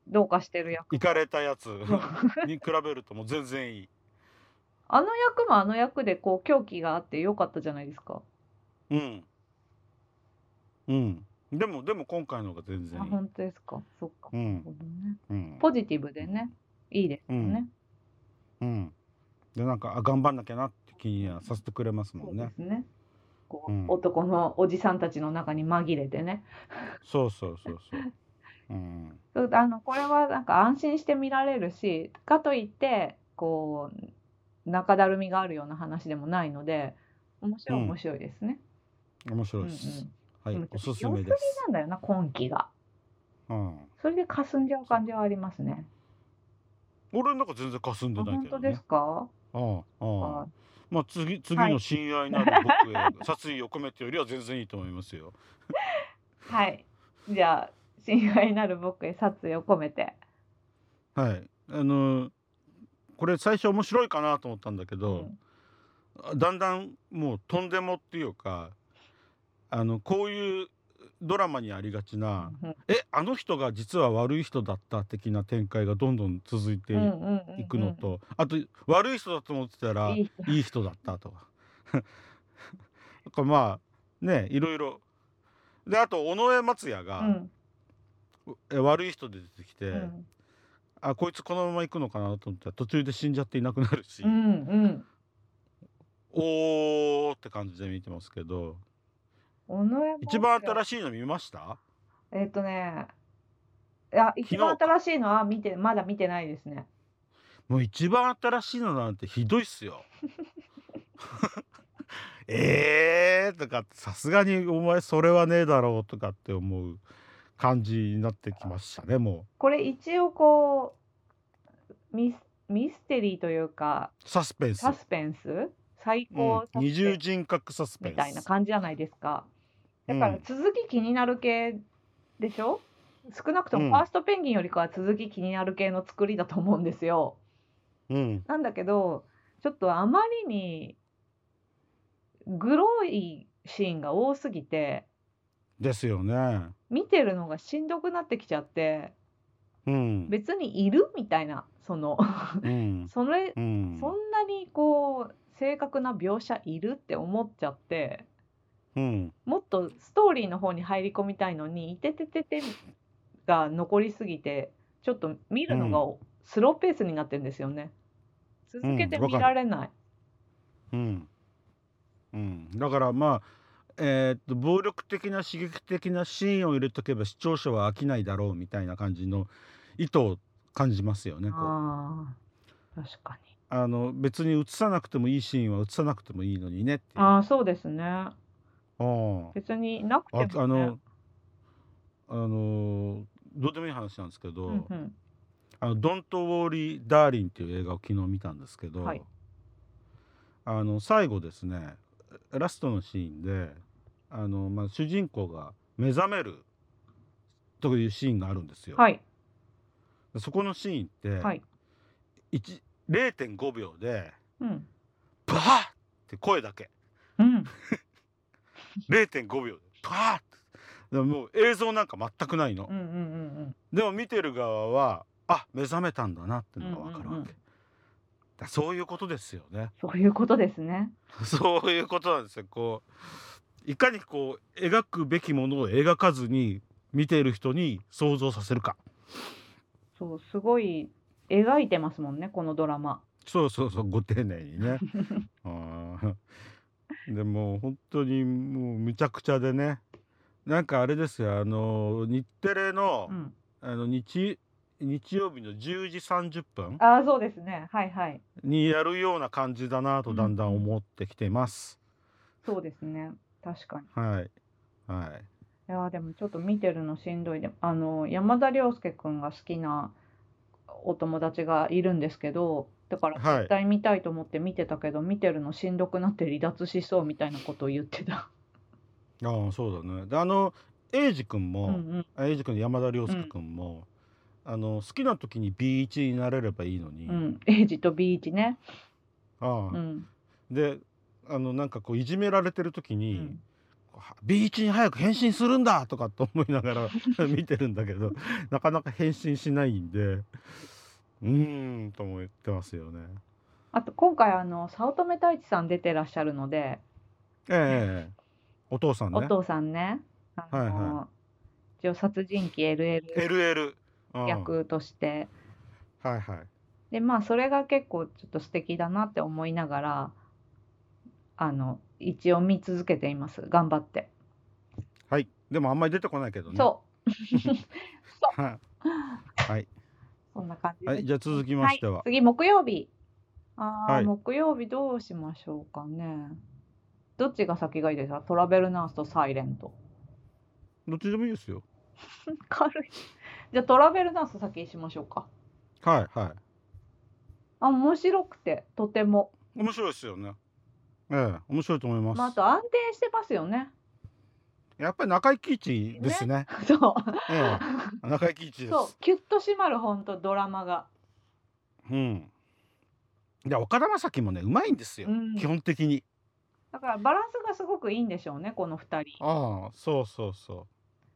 どうかしてる役。行かれたやつそう に比べるともう全然いいあの役もあの役で、こう、狂気があってよかったじゃないですか。うんうんでもでも今回の方が全あ然いい本当ですか。そっか。うなるんほどねうんポジティブでね、いいですよね。うんでなんかあ頑張んなきゃなって気にはさせてくれますそもうんでねすね。こううん男のおじさんたちの中に紛れてね。そうそうそうそううんそうあのこれはなんか安心して見られるしかといってこう中だるみがあるような話でもないので面白いうん面白いですね。面う白んういんです。はでいも、おすすめで良す。なんだよな今期が。うん、それで霞んじゃう感じはありますね。俺なんか全然霞んあでない本けど当でねす。か？ああ、あああまあ次次はいの親愛なる 僕へ殺意を込めてよりは全然いいと思いますよ。はい。じゃあ親愛なる僕へ殺意を込めて。はい。あのこれ最初面白いかなと思ったんだけど、だんだんもうとんでもっていうか、あのこういうドラマにありがちな、うんえあの人が実は悪い人だった的な展開がどんどん続いてうんうんうんうんいくのと、あと悪い人だと思ってたらいいいい人だったとか。 なんかまあねいろいろ。であと尾上松也うが、んえ悪い人で出てきて、うんあこいつこのまま行くのかなと思ったら途中で死んじゃっていなくなるし、うんうん。おーって感じで見てますけど尾上一番松也新しいの見ましたえっ、とね、いや一番新しいのは見てまだ見てないですね。もう一番新しいのなんてひどいっ すよ。えーとかってさすがにお前それはねえだろうとかって思う感じになってきましたねもこれ一応こうミスミステリーというかうサスペンスサスペンス最うん高サスペン二重ス人格サスペンみスたいな感じじゃないですか。だかうらん続き気になる系でしょ少なくとうんもファーストペンギンよりかは続き気になる系の作りだと思うんですよ。うんなんだけどちょっとあまりにグロいシーンが多すぎてですよね見てるのがしんどくなってきちゃってうん別にいるみたいなそのうんそれ、うんそんなにこう正確な描写いるって思っちゃってうんもっとストーリーの方に入り込みたいのに「いてててて」が残りすぎてちょっと見るのがおスローペースになってるんですよね。続けてうんわ見かるられない。うん、うん、だからまあえーっと暴力的な刺激的なシーンを入れとけば視聴者は飽きないだろうみたいな感じの意図を感じますよねこうあああ確かに。の別に映さなくてもいいシーンは映さなくてもいいのにねっていうああそうですね。うんあ別になくても、あね、のあのどうでもいい話なんですけど「うんうんあのドント・ウォーリー・ダーリン」っていう映画を昨日見たんですけど、はいあの最後ですねラストのシーンであの、まあ、主人公が目覚めるというシーンがあるんですよ。はいそこのシーンって、はい一0.5秒でうん「バーッ!」って声だけうん0.5秒で「バーッ!」ってでももう映像なんか全くないのう。んうんうんうんでも見てる側はあ目覚めたんだなってのが分かるわけ、うんうんうんだそういうことですよねそういうことですね。 そういうことなんですよこういかにこう描くべきものを描かずに見ている人に想像させるかそうすごい描いてますもんねこのドラマ。そうそうそうご丁寧に ねあー でも本当にもうむちゃくちゃでねなんかあれですよあの日テレの,、うん、あの日日曜日の10時30分ああそうですねはいはいにやるような感じだなとだんだん思ってきてます。そうですね確かに。はい。はい。いやーでもちょっと見てるのしんどいであの山田涼介くんが好きなお友達がいるんですけどだからはい絶対見たいと思って見てたけど、見てるのしんどくなって離脱しそうみたいなことを言ってた。ああ、そうだね。で、あの、エイジ君うんも、うんあエイジ君、山田涼介君も、あの、好きな時に B1 になれればいいのに、うん、エイジとビーチね。あうあ、ん、で、あの、なんかこう、いじめられてる時うに、ん、 B1 に早く変身するんだとかと思いながら 見てるんだけど、なかなか変身しないんで、うーん、とも言ってますよね。あと今回あの早乙女太一さん出てらっしゃるので、ええええお父さんね。お父さんね、あのはいは一応殺人鬼 LL LL うん役として、はいはいでまあそれが結構ちょっと素敵だなって思いながらあの一応見続けています頑張って、はいでもあんまり出てこないけどねそうそはいはいそんな感じはいじゃあ続きましては、い、次木曜日あー、はい木曜日どうしましょうかねどっちが先がいいですかトラベルナースとサイレントどっちでもいいですよ軽いじゃあトラベルナース先にしましょうかはいはあ面白くてとてもい面白いですよねええ面白いと思います、まあ、あと安定してますよね やっぱり中井貴一ですねそうえ え中井貴一でそうすキュッと締まる本当ドラマがうんで岡田将生もねうまいんですよ、うん基本的にだからバランスがすごくいいんでしょうねこの2人、ああそうそうそ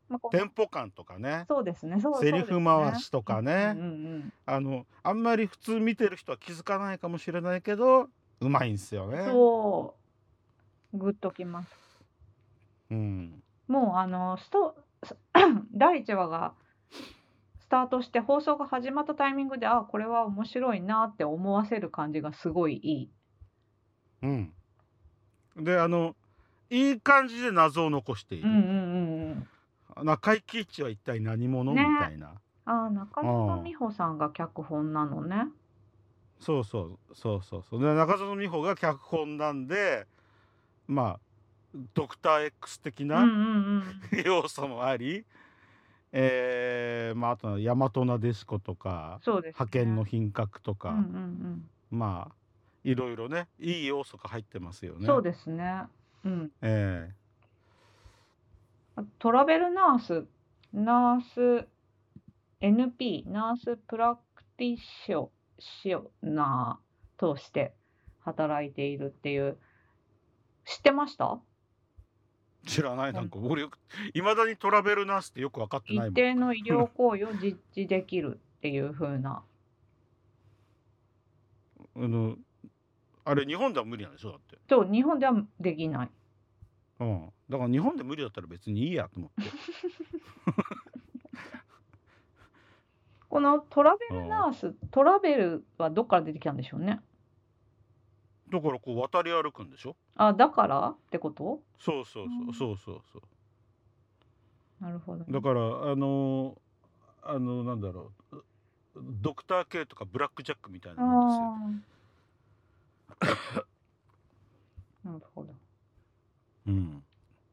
まあ、こうテンポ感とかねそうですねそうセリフ回しとかねそうですねうんうんあのあんまり普通見てる人は気づかないかもしれないけどうまいんですようねん、そうグッときますうんもうあのスト 第1話がスタートして放送が始まったタイミングであこれは面白いなって思わせる感じがすごいいいうんであのいい感じで謎を残しているう、んうんうんうん中井貴一は一体何者、ねみたいなあー中島うん美穂さんが脚本なのねそうそうそうそうそうで中園美穂が脚本なんでまあドクター X う的んうんなうん要素もあり、えーまああとは大和なでしことかそうです、ね、派遣の品格とか、うんうんまあいろいろねいい要素が入ってますようんね。そうですねうんえトラベルナースナース NP ナースプラクティショショナーとして働いているっていう知ってましたえ知らないなんか俺いまだにトラベルナースってよく分かって一ないもん。定の医療行為を実施できるっていう風なあのあれ日本では無理なんでしょだって。そう日本ではできないうん。だから日本で無理だったら別にいいやと思 って。このトラベルナーストラベルはどっから出てきたんでしょうねだからこう渡り歩くんでしょ。あだからってことそうそううんそうそうそうそう。なるほどね、だからあのあのなんだろうドクター系とかブラックジャックみたいなもんですあよ。ーなるほど。うん。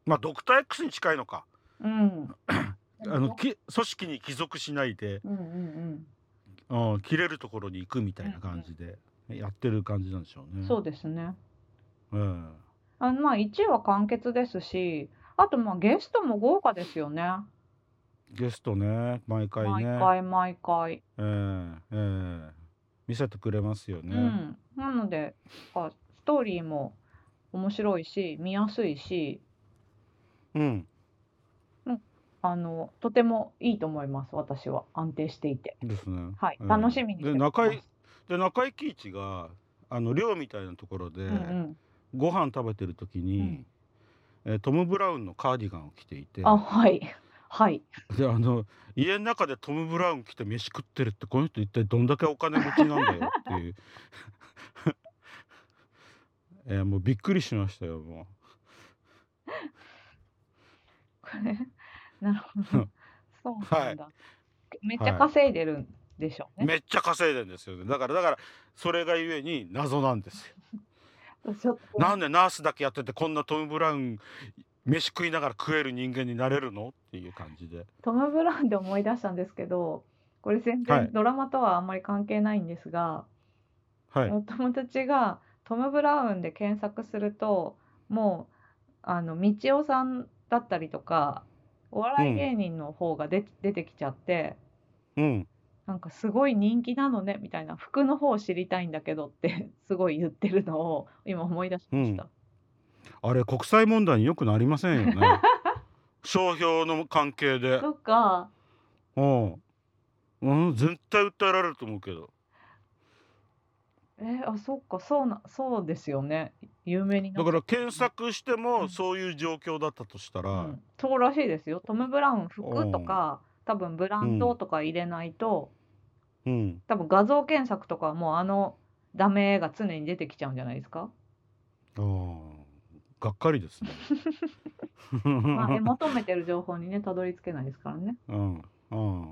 まあドクター X に近いのか。うん。あのき組織に帰属しないで、うんうんうん。うん、切れるところに行くみたいな感じでやってる感じなんでしょうね。そうですね。うん。あのまあ1は完結ですし、あとまあゲストも豪華ですよね。ゲストね毎回毎ね。回毎回。ええええ見せてくれますよね。うん。なので、あストーリーも面白いし、見やすいし、うん、あのとてもいいと思います。私は安定していて。ですね。はい、うん楽しみにしてでます。中井で中井貴一があの寮みたいなところで、うんうん。ご飯食べてる時に、えートム・ブラウンのカーディガンを着ていてあはいはい。 であの家の中でトム・ブラウン着て飯食ってるってこの人一体どんだけお金持ちなんだよっていう、 えーもうびっくりしましたよもこれなるほ どそうなんだ、めっちゃはい稼いでるんでしょううね、めっちゃ稼いでんですよねだからだからそれがゆえに謎なんですよ。ちょっとなんでナースだけやっててこんなトム・ブラウン飯食いながら食える人間になれるのっていう感じで。トム・ブラウンで思い出したんですけどこれ全は然いドラマとはあんまり関係ないんですが、はい、お友達がトム・ブラウンで検索するともうあの道夫さんだったりとかお笑い芸人の方が出,、出てきちゃってうんなんかすごい人気なのねみたいな服の方を知りたいんだけどってすごい言ってるのを今思い出しました。あれ国際問題によくなりませんよ ね商標の関係でそっかうん、うん、絶対訴えられると思うけどえーあそっかそうなそうですよね有名になだっから検索してうもんそういう状況だったとしたら、うんそうらしいですよトム・ブラウン服とか多分ブランドとか入れないと、うん、多分画像検索とかはもうあのダメが常に出てきちゃうんじゃないですか、ああがっかり ですね、まあね、求めてる情報にねたどり着けないですからね うん、うん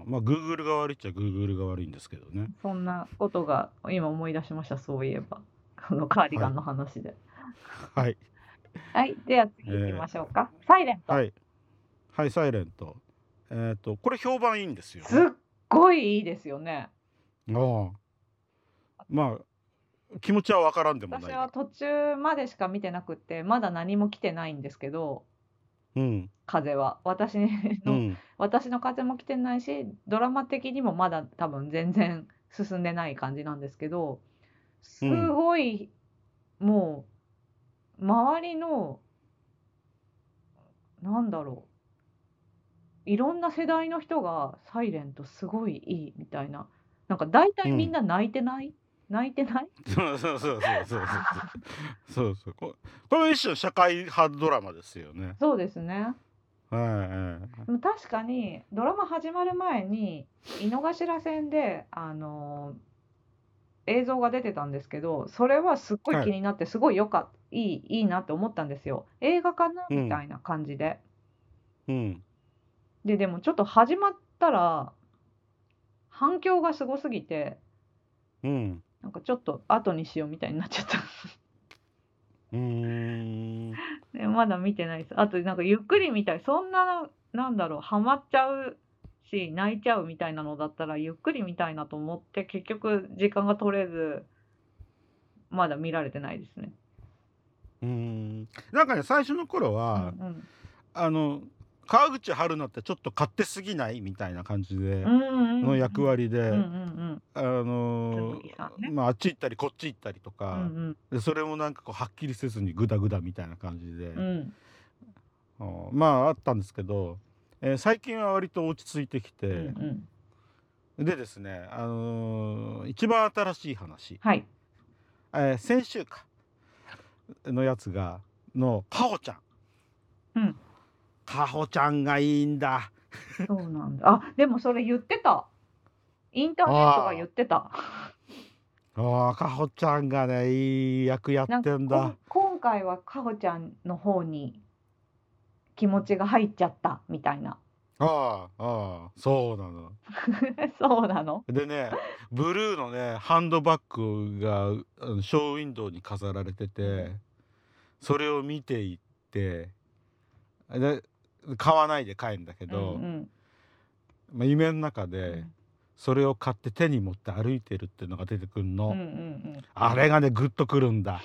まあグーグルが悪いっちゃグーグルが悪いんですけ どねそんなことが今思い出しました、そういえば。 あのカーディガンの話で。はいはい、では次行きましょうか。サイレント。はいはいサイレントえっ、とこれ評判いいんですよすっごいいいですよね。ああまあ気持ちはわからんでもな私いは途中までしか見てなくて、まだ何も来てないんですけど、うん風は。私の、うん私の風も来てないし、ドラマ的にもまだ多分全然進んでない感じなんですけど、すごい、もう、周りの、なんだろう、いろんな世代の人が、サイレントすごいいいみたいな、なんか大体みんな泣いてない、泣いてないそうそうそうそうそうそうそうそうここれ一種の社会派ドラマですよねそうですね。はいはいでも確かにドラマ始まる前に井の頭線で、あのー映像が出てたんですけどそれはすっごい気になって、すごいよかったいいいいなって思ったんですよ映画かなうんみたいな感じで、うんででもちょっと始まったら反響がすごすぎてうんなんかちょっと後にしようみたいになっちゃったうーんでまだ見てないですあとなんかゆっくり見たいそんななんだろうハマっちゃうし泣いちゃうみたいなのだったらゆっくり見たいなと思って結局時間が取れずまだ見られてないですね。うんなんかね最初の頃は、うんあの川口春奈ってちょっと勝手すぎないみたいな感じでうん、うんうんの役割で、うんうんあのつむぎさんねまああっち行ったりこっち行ったりとうか、んでそれもなんかこうはっきりせずにグダグダみたいな感じで、うんうんあーまああったんですけど、えー最近は割と落ち着いてきて、うんうんでですね、あのー一番新しい話、はいえー先週かのやつがのかほちゃうん、ん、かほちゃんがいいんだそうなんだあでもそれ言ってたインターネットが言ってたああかほちゃんがねいい役やなってんだこん今回はかほちゃんの方に気持ちが入っちゃったみたいなああああそうなの そうなのでねブルーのねハンドバッグがあのショーウィンドウに飾られててそれを見ていってで買わないで帰るんだけど、うんうんまあ、夢の中うでんそれを買って手に持って歩いてるっていうのが出てくるの、うんうんうん、あれがねグッとくるんだ。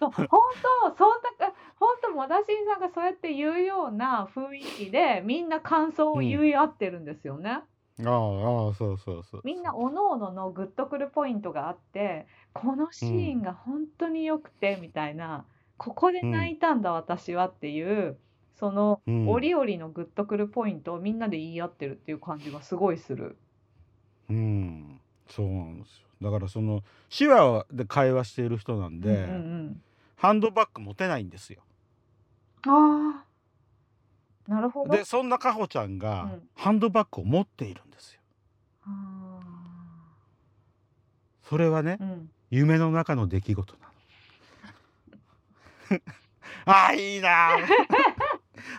そう本当そんな本当モダシンさんがそうやって言うような雰囲気でみんな感想を言い合ってるんですよね。ああああそうそうそうみんなおのおののグッとくるポイントがあってこのシーンが本当によくてみたいな、ここで泣いたんだ私はっていうそのうん折々のグッとくるポイントをみんなで言い合ってるっていう感じがすごいする。うんそうなんですよだからその手話で会話している人なんで、うんうんハンドバッグ持てないんですよ。うん、ああなるほど。でそんなかほちゃんが、うんハンドバッグを持っているんですよ。あそれはね、ーうん夢の中の出来事 なの。ああいいなあ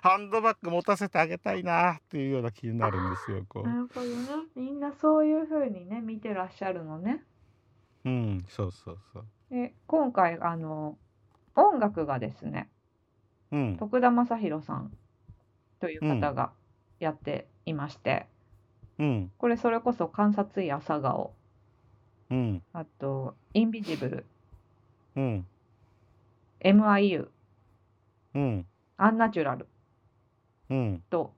ハンドバッグ持たせてあげたいなあっていうような気になるんですよ。こなるほどね。みんなそういう風にね見てらっしゃるのね。ううんそうそうそう。で今回あの音楽がですねうん徳田正宏さんという方がやっていまして、うんこれそれこそ「観察医朝顔うん」あと「インビジブル」うん「MIU」うん「アンナチュラルうん」と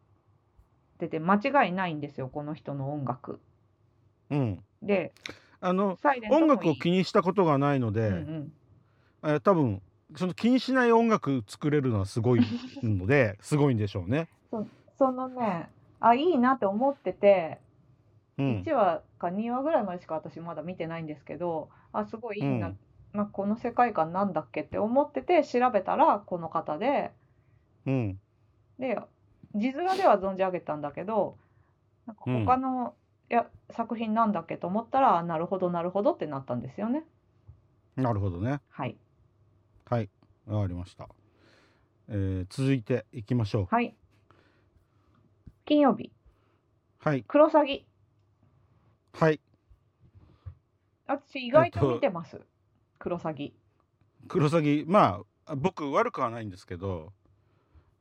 出て間違いないんですよこの人の音楽。うん。であのサイレントもいい音楽を気にしたことがないので、うんうんえー多分その気にしない音楽作れるのはすごい のですごいんでしょうね。そのねあいいなって思っててうん1話か2話ぐらいまでしか私まだ見てないんですけどあすごいいいな、うんなこの世界観なんだっけって思ってて調べたらこの方でうんで字面では存じ上げたんだけどなんかうん他の、いや作品なんだっけと思ったらあなるほどなるほどってなったんですよね。なるほどね。はい、はい、わかりました。えー続いていきましょう。はい金曜日、はいクロサギ。はい私、意外えっとと見てます。クロサギ。クロサギまあ僕悪くはないんですけど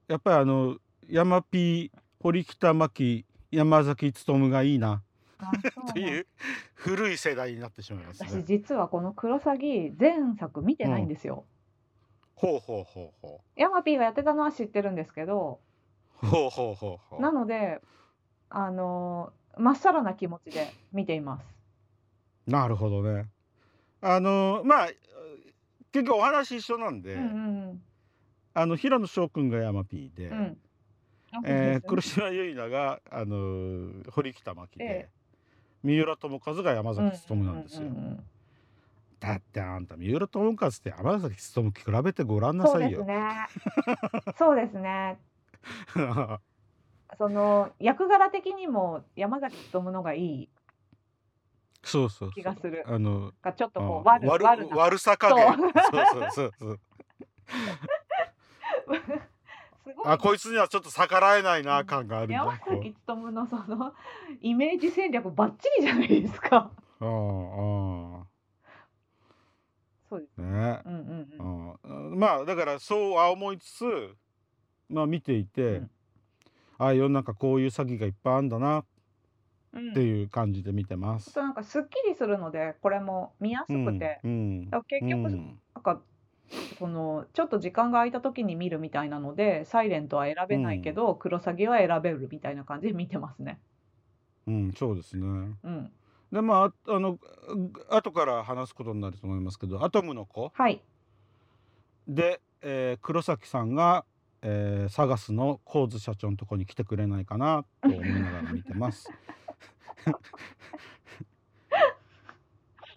やっぱりあの山 P 堀北真希山崎努がいいなあ そうなん という古い世代になってしまいます私、ね。実はこのクロサギ、前作見てないんですよ。ほうほうほうほヤマピーがやってたのは知ってるんですけど、うほうほうほうほなう。ので、あのーまっさらな気持ちで見ています。なるほどね。あのまあ結局お話一緒なんで、うんうんあの平野翔くんが山 P で、うん。うん。えー、そう黒ですね島結菜が、あのー堀北真希で、え三浦友和が山崎努なんですよ。うううんだってあんた三浦友和って山崎努比べてごらんなそうさいですよ。ね。そうですね。あその役柄的にも山崎努のがいい そうそう気がする。あのがちょっとあこう悪悪悪悪なさ加減。そうそうそうそう。 すごいあこいつにはちょっと逆らえないな感があるんだ。山こう崎努のそのイメージ戦略バッチリじゃないですか。ああそうです。ああね。うんうんうん。うんまあだからそうは思いつつまあ見ていて、うんああ世の中こういう詐欺がいっぱいあるんだなっうんていう感じで見てます。となんかすっきりするのでこれも見やすくて、うんだから結局うんなんかそのちょっと時間が空いた時に見るみたいなので「サイレントは選べないけど、クロサギは選べるみたいな感じで見てますね。うんそうですね。うん、でまあああのあ後から話すことになると思いますけど「アトムの子はい」で、えー黒崎さんが、えー、サガスの神津社長のとこに来てくれないかなと思いながら見てます。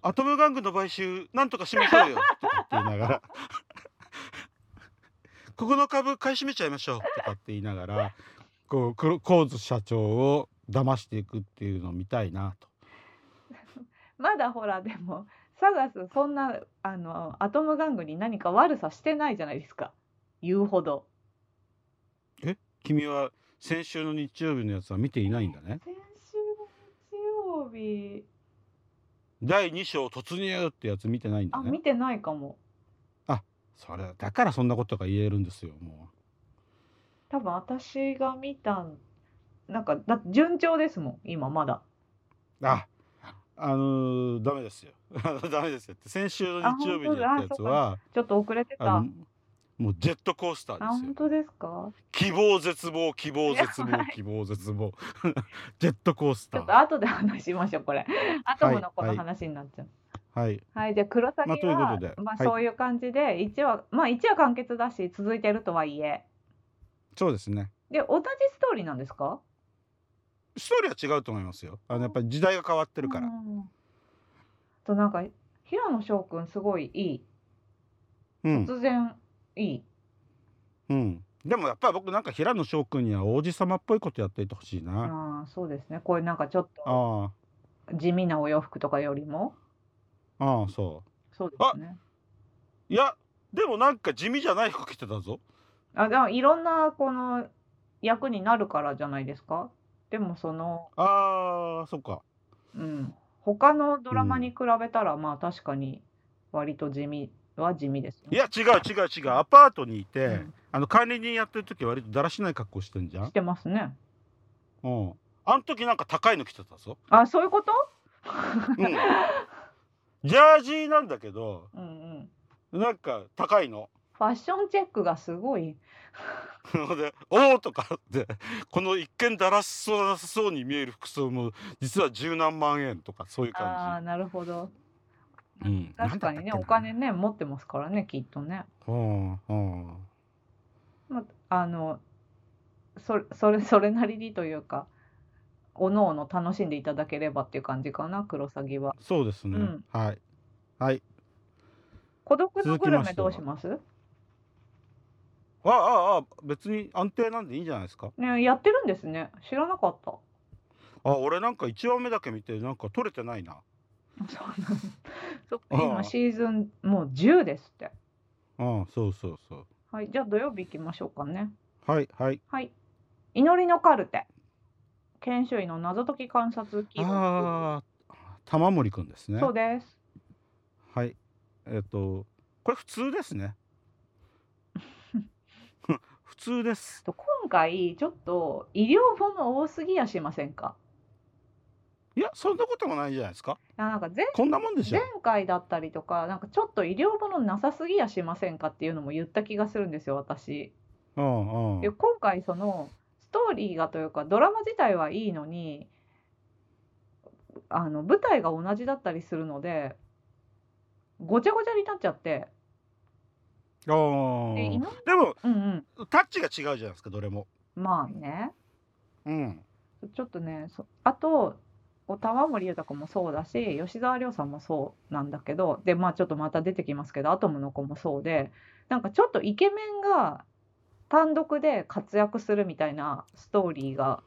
アトム玩具の買収なんとかしましょうよとかって言いながらここの株買い占めちゃいましょうとかって言いながらこう黒神津社長を騙していくっていうのを見たいなと。まだほらでもサガスそんなあのアトム玩具に何か悪さしてないじゃないですか言うほど君は先週の日曜日のやつは見ていないんだね。先週の日曜日第2章突入ってやつ見てないんだあね。見てないかもそれだからそんなことが言えるんですよも多分私が見たんなんかだって順調ですもん今まだうああのー、ダメですよ ダメですよって先週の日曜日にやったやつはちょっと遅れてあたのもうジェットコースタあーですよ本当ですか希望絶望希望絶望希望絶望 ジェットコースちタょっとー後で話しましょうこれアトムのこの話になっちゃうはいはい、じゃあ黒崎まあは、ということでまあはいそういう感じで一話、まあ一話完結だし続いてるとはいえそうですねで同じストーリーなんですかストーリーは違うと思いますよあのやっぱり時代が変わってるから、うんあとなんか平野翔くんすごいいいうん突然いい、うんでもやっぱり僕なんか平野翔くんには王子様っぽいことやっていてほしいな、ああそうですねこういうなんかちょっとあ地味なお洋服とかよりもあああそうそうですねいやでもなんか地味じゃない服着てたぞあでもいろんなこの役になるからじゃないですかでもその、あーそっかうん、他のドラマに比べたら、まあ確かに割と地味は地味ですねいや違う違う違うアパートにいて、うんあの管理人やってる時割とだらしない格好してんじゃんしてますね。うんあん時なんか高いの着てたぞ、あ、そういうこと？ うん、ジャージーなんだけどうんうん。なんか高いの ファッションチェックがすごい。で「おお!」とかってこの一見だらしそうなさそうに見える服装も実は十何万円とかそういうああ感ー、なるほど。じ、うん、確かにね、なんおだったっ金ね持ってますからね、きっとね。けなうんうんまあのそれそれそれなりにというか、おのおの楽しんでいただければっていう感じかな、クロサギは。そうですね、うんはいはい孤独のグルメ続きどまうしてしはます？あああ別に安定なんでいいんじゃないですかね、やってるんですね。知らなかった。あ俺なんか1話目だけ見てなんか取れてないなそうなのそっかあー今シーズンもう10ですって。うんそうそうそうはい、じゃあ土曜日行きましょうかね。はいはいはい。祈りのカルテ。研修医の謎解き観察記録ああ、玉森くんですね。そうですはい。えっ、とこれ普通で すね。普通です。と今回ちょっと医療もの多すぎやしませんかいやそんなこともないじゃないですか。いやなんか前こんなもんでしょ前。回だったりとかなんかちょっと医療ものなさすぎやしませんかっていうのも言った気がするんですよ私。うんうん。で今回そのストーリーがというかドラマ自体はいいのにあの舞台が同じだったりするのでごちゃごちゃになっちゃって、であー今でもうんタッチが違うじゃないですかどれも。うん、まあねうん。ちょっとねそあとこう玉森裕太君もそうだし吉沢亮さんもそうなんだけどでまあちょっとまた出てきますけどアトムの子もそうでなんかちょっとイケメンが単独で活躍するみたいなストーリーが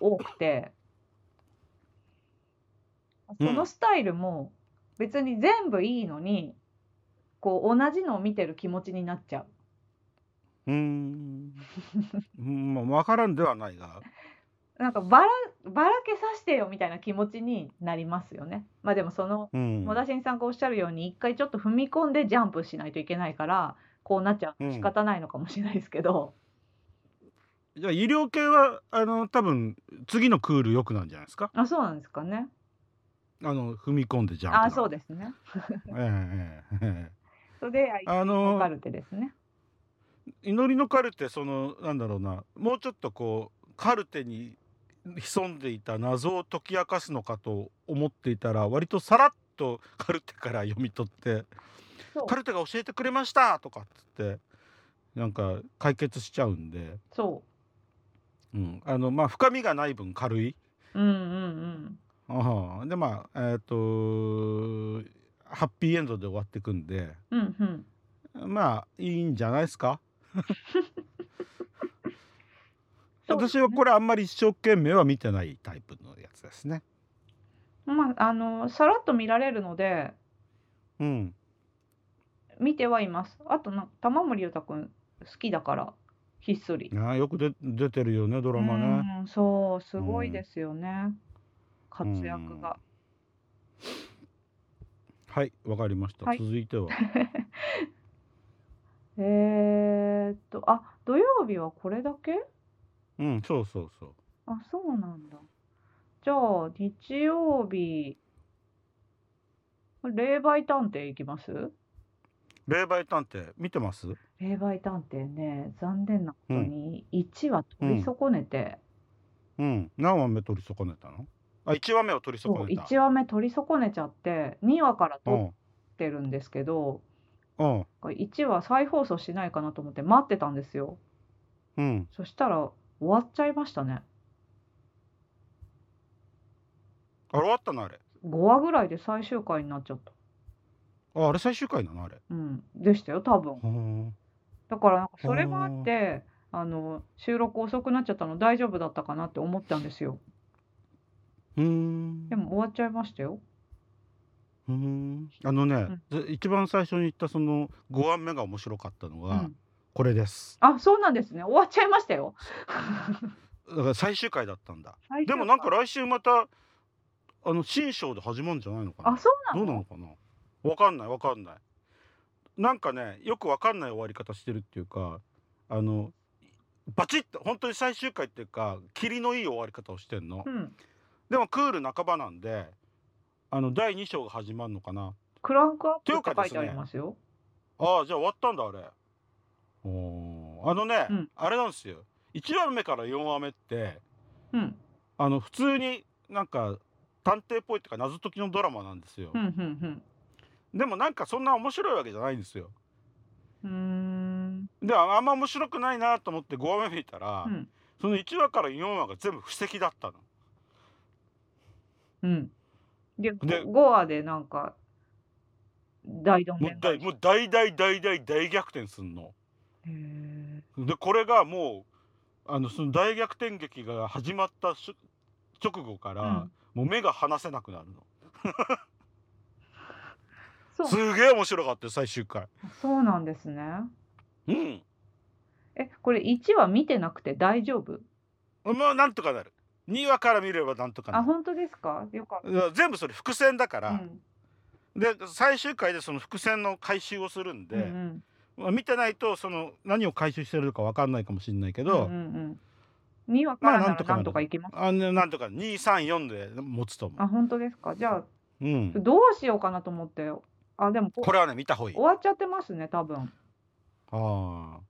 多くてうんそのスタイルも別に全部いいのにこう同じのを見てる気持ちになっちゃう。う ーん。うんまあわからんではないが。なんかばらばらけさせてよみたいな気持ちになりますよね。まあでもそのうん。野田新さんがおっしゃるように一回ちょっと踏み込んでジャンプしないといけないからこうなっちゃうのは仕方ないのかもしれないですけど、じゃあ医療系はあの多分次のクール良くなんじゃないですか。あそうなんですかねあの踏み込んでジャンプあそうで。ですねえええええそれでえああのカルテですね祈りのカルテそのなんだろうなもうちょっとこうカルテに潜んでいた謎を解き明かすのかと思っていたら割とさらっとカルテから読み取ってそ「カうルテが教えてくれました!」とかっつってなんか解決しちゃうんで、そうん、あのまあ深みがない分軽い。ううんうんあでまあえっ、とハッピーエンドで終わっていくんでうんうんうんまあいいんじゃないですかそう私はこれあんまり一生懸命は見てないタイプのやつですね。まああのさらっと見られるのでうん、見てはいますあとな玉森裕太君好きだからひっそりああよくで出てるよねドラマね。うんそうすごいですよね、活躍がはいわかりました、はい続いて はえーっとあ土曜日はこれだけうんそうそうそう。あ、そうなんだ。じゃあ、日曜日、霊媒探偵行きます霊媒探偵見てます霊媒探偵ね、残念なことうんに1話取り損ねて、うん何話目取り損ねたのあ一話目を取り損そう、ねた。 1話目取り損ねちゃって、2話からう撮っんてるんですけど、うん1話再放送しないかなと思って待ってたんですよ。うんそしたら終わっちゃいましたね。あれ終わったなあれ。 5話ぐらいで最終回になっちゃった。ああれ最終回なのあれ。うん、でしたよ、多分。うんだからなんかそれもあってあの収録遅くなっちゃったの大丈夫だったかなって思ったんですようんでも終わっちゃいましたようんあのね、ず一番最初に言ったその5話目が面白かったのうが、んこれですあそうなんですね終わっちゃいましたよだから最終回だったんだ最終で回もなんか来週またあの新章で始まるんじゃないのかあなそうなどうなののかなわかんないわかんないなんかねよくわかんない終わり方してるっていうかあのバチッと本当に最終回っていうか霧のいい終わり方をしてんの、うんでもクール半ばなんであの第2章が始まるのかなクランクアップといっうかてで書すねいてありますよああじゃあ終わったんだあれおーあのね、うんあれなんですよ1話目から4話目ってうんあの普通になんか探偵っぽいっていうか謎解きのドラマなんですよ、うんうんでもなんかそんな面白いわけじゃないんですようんうーんでああんま面白くないなと思って5話目見たら、うんその1話から4話が全部布石だったのうんでで5話でなんか大どんもでう返ん大しもう大大大大大逆転すんのへーでこれがもうあのその大逆転劇が始まったし直後から、うんもう目が離せなくなるのそうすげえ面白かったよ最終回そうなんですねうんえこれ1話見てなくて大丈夫まあなんとかなる2話から見ればなんとかなある本当ですかよかっいや全部それ伏線だかた、うら、んで最終回でその伏線の回収をするんで、うんうんまあ見てないとその何を回収してるのかわかんないかもしれないけど、うんうんうん、2話からまあななんとらなかなるんとかいけますあのなんとか234で持つと思あ本当ですかじゃう、うんあ、どうしようかなと思ってあでもここれはね見た方がいい終わっちゃってますね多分ああ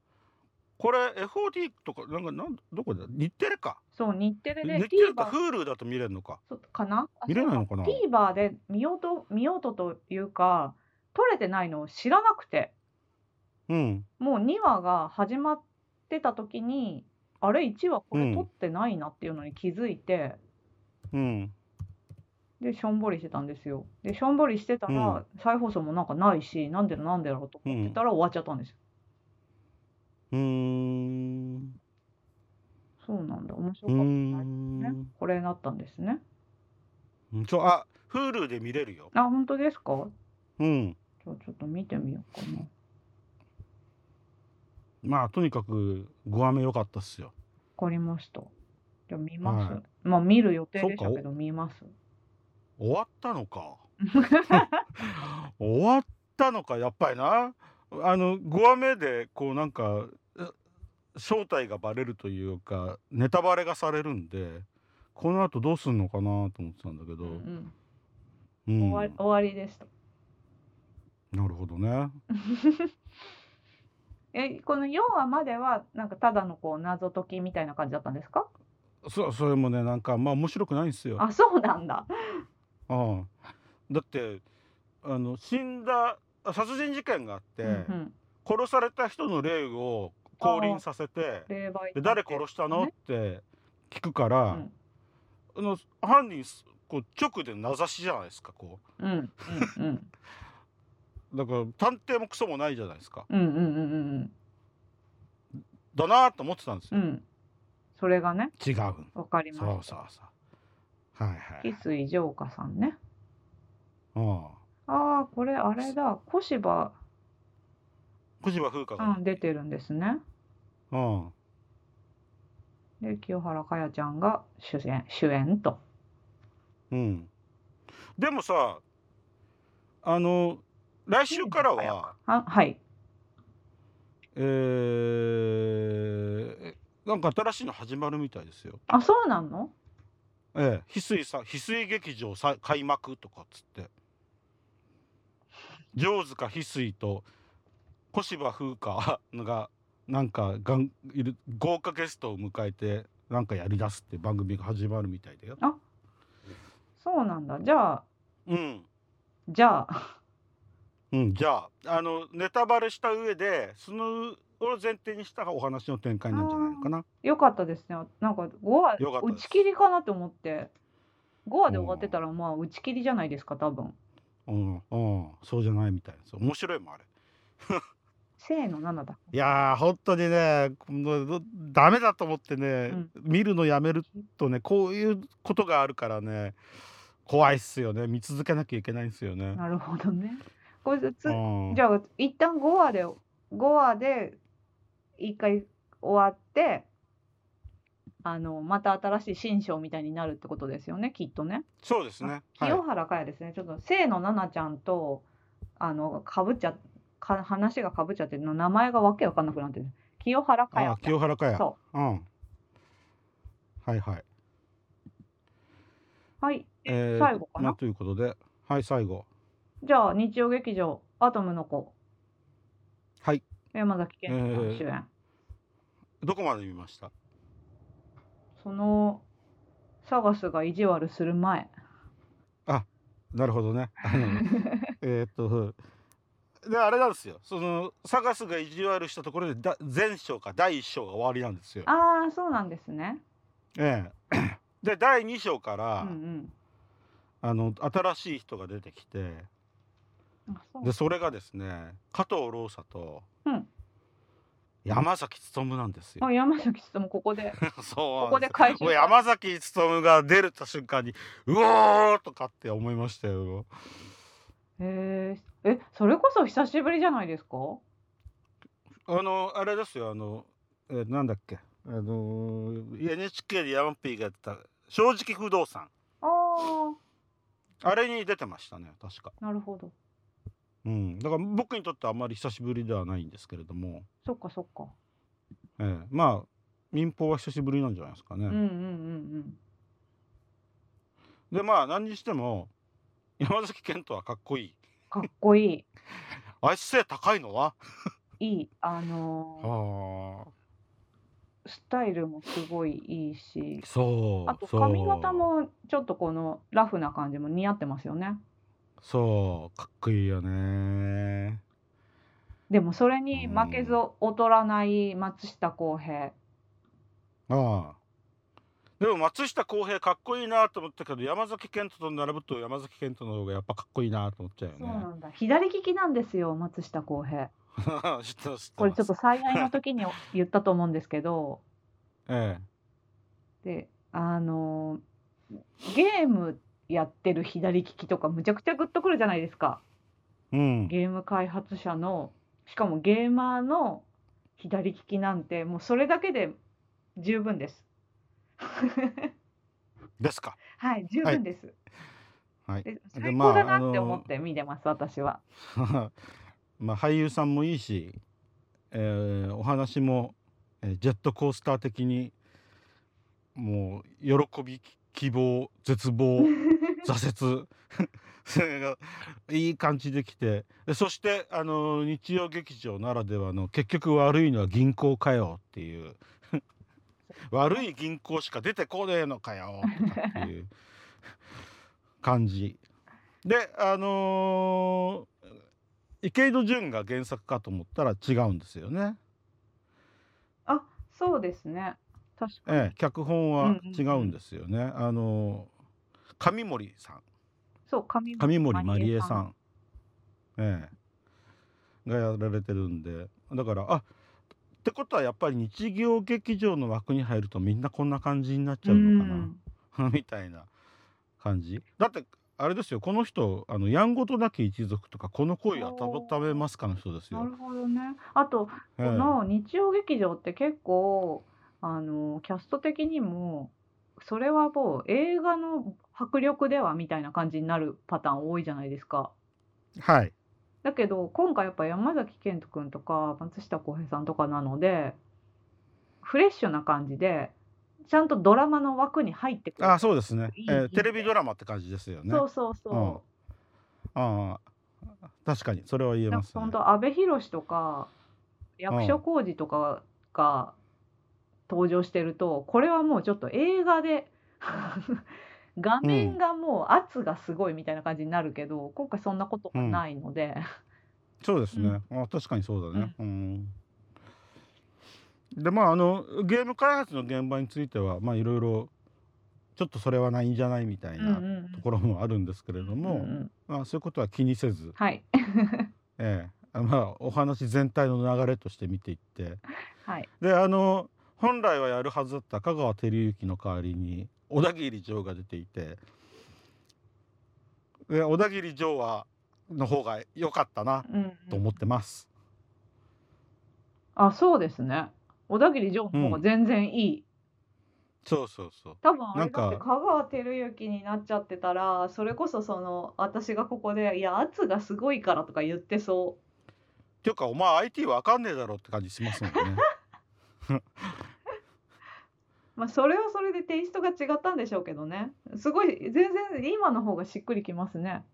これ FOD とかなんかなんどこだ日テレかそう日テレで日テレか TVer Hulu だと見れるのかそうかなあ見れないのかなそう TVer で見ようと見ようとというか撮れてないのを知らなくてうんもう2話が始まってた時にあれ1話これ撮ってないなっていうのに気づいて、うんでしょんぼりしてたんですよでしょんぼりしてたら、うん再放送もなんかないしなんでなんでだろうと思ってたら終わっちゃったんですよ、うーんそうなんだ面白うーかったね、んこれだったんですねうんそうあ Hulu で見れるよあ本当ですかうんじゃあちょっと見てみようかなまあとにかく5話目良かったっすよわかりましたじゃあ見ます、はまあ見る予定そうでかしたけど見ます終わったの か終わったのかやっぱりなあの5話目でこうなんかえ正体がバレるというかネタバレがされるんでこの後どうすんのかなと思ってたんだけど、うんううんん、終わり終わりでしたなるほどねえこの4話まではなんかただのこう謎解きみたいな感じだったんですかそそれもねなんかまあ面白くないんですよ。あそうなんだうん、だってあの死んだあ殺人事件があって、うんうん殺された人の霊を降臨させて。霊媒で誰殺したの、ねって聞くから、うんあの犯人すこう直で名指しじゃないですかこうんうんうんうだから探偵もクソもないじゃないですかうんうんうんうんだなーと思ってたんですうよ、んそれがね違うんわかりまそしうたそうそうはいはい翡翠浄化さんねうんああこれあれだ小芝、小芝風花うがん、出てるんですねうんで清原かやちゃんが主演主演とうんでもさあの来週からはあはいえー、なんか新しいの始まるみたいですよあそうなのええ、翡翠さん翡翠劇場さ開幕とかっつって上塚翡翠と小芝風花がなんかがんいる豪華ゲストを迎えてなんかやりだすって番組が始まるみたいだよ。そうなんだじゃあうん、じゃあうん、じゃああのネタバレした上でそのを前提にしたお話の展開なんじゃないのかな。よかったですねなんか5話よかった打ですち切りかなと思って5話で終わってたらまあ打ち切りじゃないですか多分うん、うん、そうじゃないみたいです。面白いもんあれ。せーの7だいやー本当にねもうダメだと思ってね、うん見るのやめるとねこういうことがあるからね怖いっすよね見続けなきゃいけないんですよね。なるほどねこれつうんじゃあ一旦5話で5話で一回終わってあのまた新しい新章みたいになるってことですよねきっとね。そうですね。はい清原かやですね、ちょっと清野奈々ちゃんとあのかぶっちゃか話がかぶっちゃっての名前がわけわかんなくなってる清原かあやー清原かや。そうん。はいはい。うはい、えー最後かなまあということではい最後じゃあ日曜劇場「アトムの子はい」山崎賢人さんえー主演、どこまで見ましたそのサガスが意地悪する前なるほどね。あのえーっとであれなんですよそのサガスが意地悪したところでだ前章か第一章が終わりなんですよ。ああそうなんですねええ、で第2章かうら、んあの新しい人が出てきてうんあそうでそれがですね加藤ローサとうん山崎努なんですよ。あ山崎さんもここで そうこなこんですでよ回収もう山崎努が出るた瞬間にうおーとかって思いましたよ。えー、えそれこそ久しぶりじゃないですかあのあれですよあの、えなんだっけあの NHK でヤンピーがやってた正直不動産ああれに出てましたね確かあ、なるほど。うんだから僕にとってはあまり久しぶりではないんですけれども、そっかそっか。ええ、まあ民放は久しぶりなんじゃないですかね、うんうんうんでまあ何にしても山崎賢人はかっこいいうん。かっこい。あいつ背高いのはいいい。あのあースタイルもすごいいいし。そうあと髪型もちょっとこのラフな感じも似合ってますよね。そうかっこいいよねでもそれに負けず劣らない松下洸平。ああでも松下洸平かっこいいなと思ったけど山崎賢人と並ぶと山崎賢人の方がやっぱかっこいいなと思っちゃうよそうねなんだ。左利きなんですよ、松下洸平。 知ってます知ってますこれちょっと災害の時に言ったと思うんですけど、えで、あのーゲームやってる左利きとかむちゃくちゃグッとくるじゃないですか。えうんゲーム開発者の、しかもゲーマーの左利きなんて、もうそれだけで十分です。ですかはい、十分です。はいでで最ま高あだなあっのて思って見てます、私は。 まあ俳優さんもいいし、えーお話も、えージェットコースター的にもう喜び希望絶望挫折それが いい感じできてでそしてあの日曜劇場ならではの「結局悪いのは銀行かよ」っていう 悪い銀行しか出てこねえのかよとかっていう感じであのー池井戸潤が原作かと思ったら違うんですよね。あ、そうですね。確かに。ええ、脚本うんはうん違うんですよね。あのー上森さんそう、上上森まりえさん。ん、ええ、がやられてるんでだからあってことはやっぱり日曜劇場の枠に入るとみんなこんな感じになっちゃうのかうんな、 みたいな感じ。だってあれですよこの人あの「やんごとなき一族」とか「この恋温めますか」の人ですなるよ。ほどね。あと、えこえの日曜劇場って結構、あの、キャスト的にも、それはもう映画の迫力ではみたいな感じになるパターン多いじゃないですか。はいだけど、今回やっぱ山崎賢人君とか松下洸平さんとかなので、フレッシュな感じで、ちゃんとドラマの枠に入ってくる。あそうですねいいえいいーテレビドラマって感じですよね。そうそうそう。うんああ確かにそれは言えなんまかす、ね本。当阿部寛とか役所広司とかが登場してると、これはもうちょっと映画で 画面がもう圧がすごいみたいな感じになるけど、今回そんなことがないので、そうですね。あ確かにそうだね。うん。でまああのゲーム開発の現場についてはまあいろいろちょっとそれはないんじゃないみたいうんうんなところもあるんですけれどうんも、うんうんまあそういうことは気にせず、はいええ、まあお話全体の流れとして見ていって、はいであの本来はやるはずだった香川照之の代わりに小田切城が出ていてで小田切城はの方が良かったなうんうんと思ってます。あそうですね小田切城の方が全然いい、そうそうそう。多分あれだってなんか香川照之になっちゃってたらそれこそその私がここで「いや圧がすごいから」とか言ってそう。っていうかお前 IT わかんねえだろって感じしますもん ね。まあそれはそれでテイストが違ったんでしょうけどね。すごい全然今の方がしっくりきますね。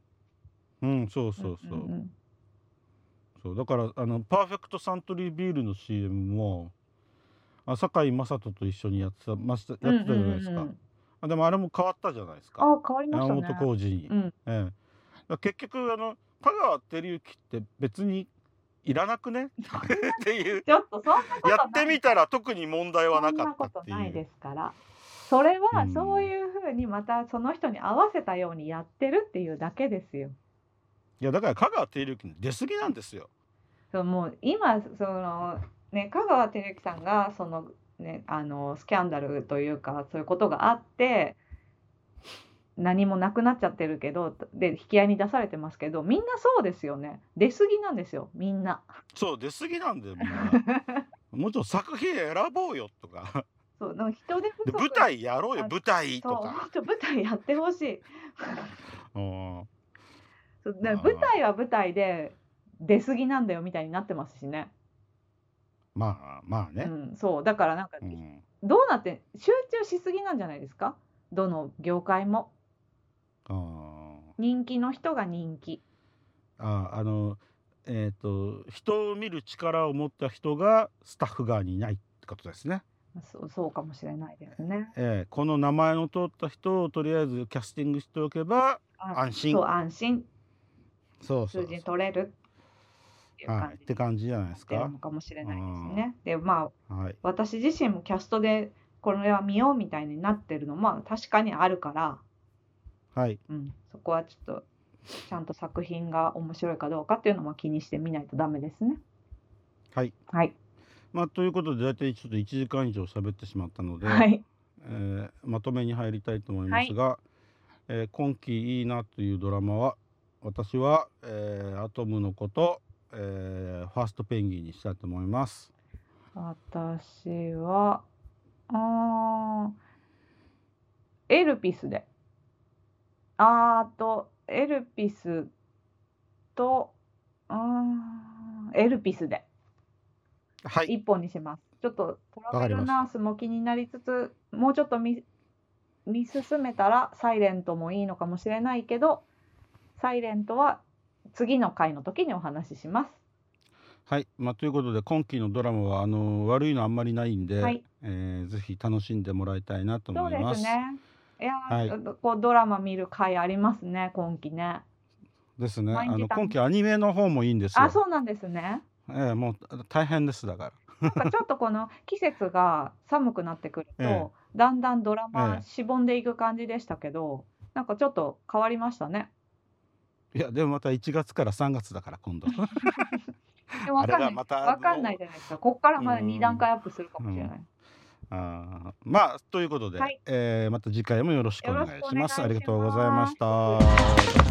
うんそうそうそう。んんそうだからあのパーフェクトサントリービールの CM もあ酒井雅人と一緒にやってたましたうんやってたじゃないですか。うんうんうんあでもあれも変わったじゃないですか。あ変わりました山ね。本浩二に。うんええ、だ結局あの香川照之って別にいらな くねっていうちょっとそんなことなやいってみたら特に問題はなそかんなっこたとっていないうですから。それはうんそういうふうにまたその人に合わせたようにやってるっていうだけですよ。いやだから香川照之の出過ぎなんですよ。そうもう今そのね香川照之さんがそのねあのスキャンダルというかそういうことがあって何もなくなっちゃってるけどで引き合いに出されてますけどみんなそうですよね出過ぎなんですよみんな そう出過ぎなんだよみんなもうちょっと作品選ぼうよとかそうなんか人手不で足舞台やろうよあ舞台そうとか本当舞台やってほしいうんそうだあからー舞台は舞台で出過ぎなんだよみたいになってますしねまあまあうね、ん、そうだからなんかうんどうなって集中しすぎなんじゃないですかどの業界もあ人気の人が人気ーあーあのえっ、と人を見る力を持った人がスタッフ側にいないってことですね、そうそうかもしれないですねえーこの名前の通った人をとりあえずキャスティングしておけばあ安心そう安心そうそ数うそう字取れるっていうはい感っじてに感じじゃないなでっすてるかのかもしれないですねでまあはい私自身もキャストでこれは見ようみたいになってるのも確かにあるから、はいうん、そこはちょっとちゃんと作品が面白いかどうかっていうのも気にしてみないとダメですねはいはいまあということで大体ちょっと1時間以上喋ってしまったので、はいえーまとめに入りたいと思いますが、えー今期いいなというドラマは私は、えーアトムのこと、えーファーストペンギンにしたいと思います。私はあーエルピスであーとエルピスとうーんエルピスではい、一本にしますちょっとトわラかベりまルしたナースも気になりつつもうちょっと見見進めたらサイレントもいいのかもしれないけどサイレントは次の回の時にお話ししますはいまあ、ということで今期のドラマはあのー悪いのあんまりないんで、はいえーぜひ楽しんでもらいたいなとそう思でいますす。ね。いやー、はこうドラマ見る回ありますね、今期ね。ですね。あ毎日の楽し今期アニメの方もいいんですよ。あ、そうなんですね。えーもう大変ですだから。なんかちょっとこの季節が寒くなってくると、ええだんだんドラええマしぼんでいく感じでしたけど、なんかちょっと変わりましたね。いやでもまた1月から3月だから今度で わかんなあれがい、またわかんないじゃないですか。ここからまだう二ん段階アップするかもしれない。あーまあということで、はいえーまた次回もよろしくお願いしまよろしくすお願いしますありがとうございました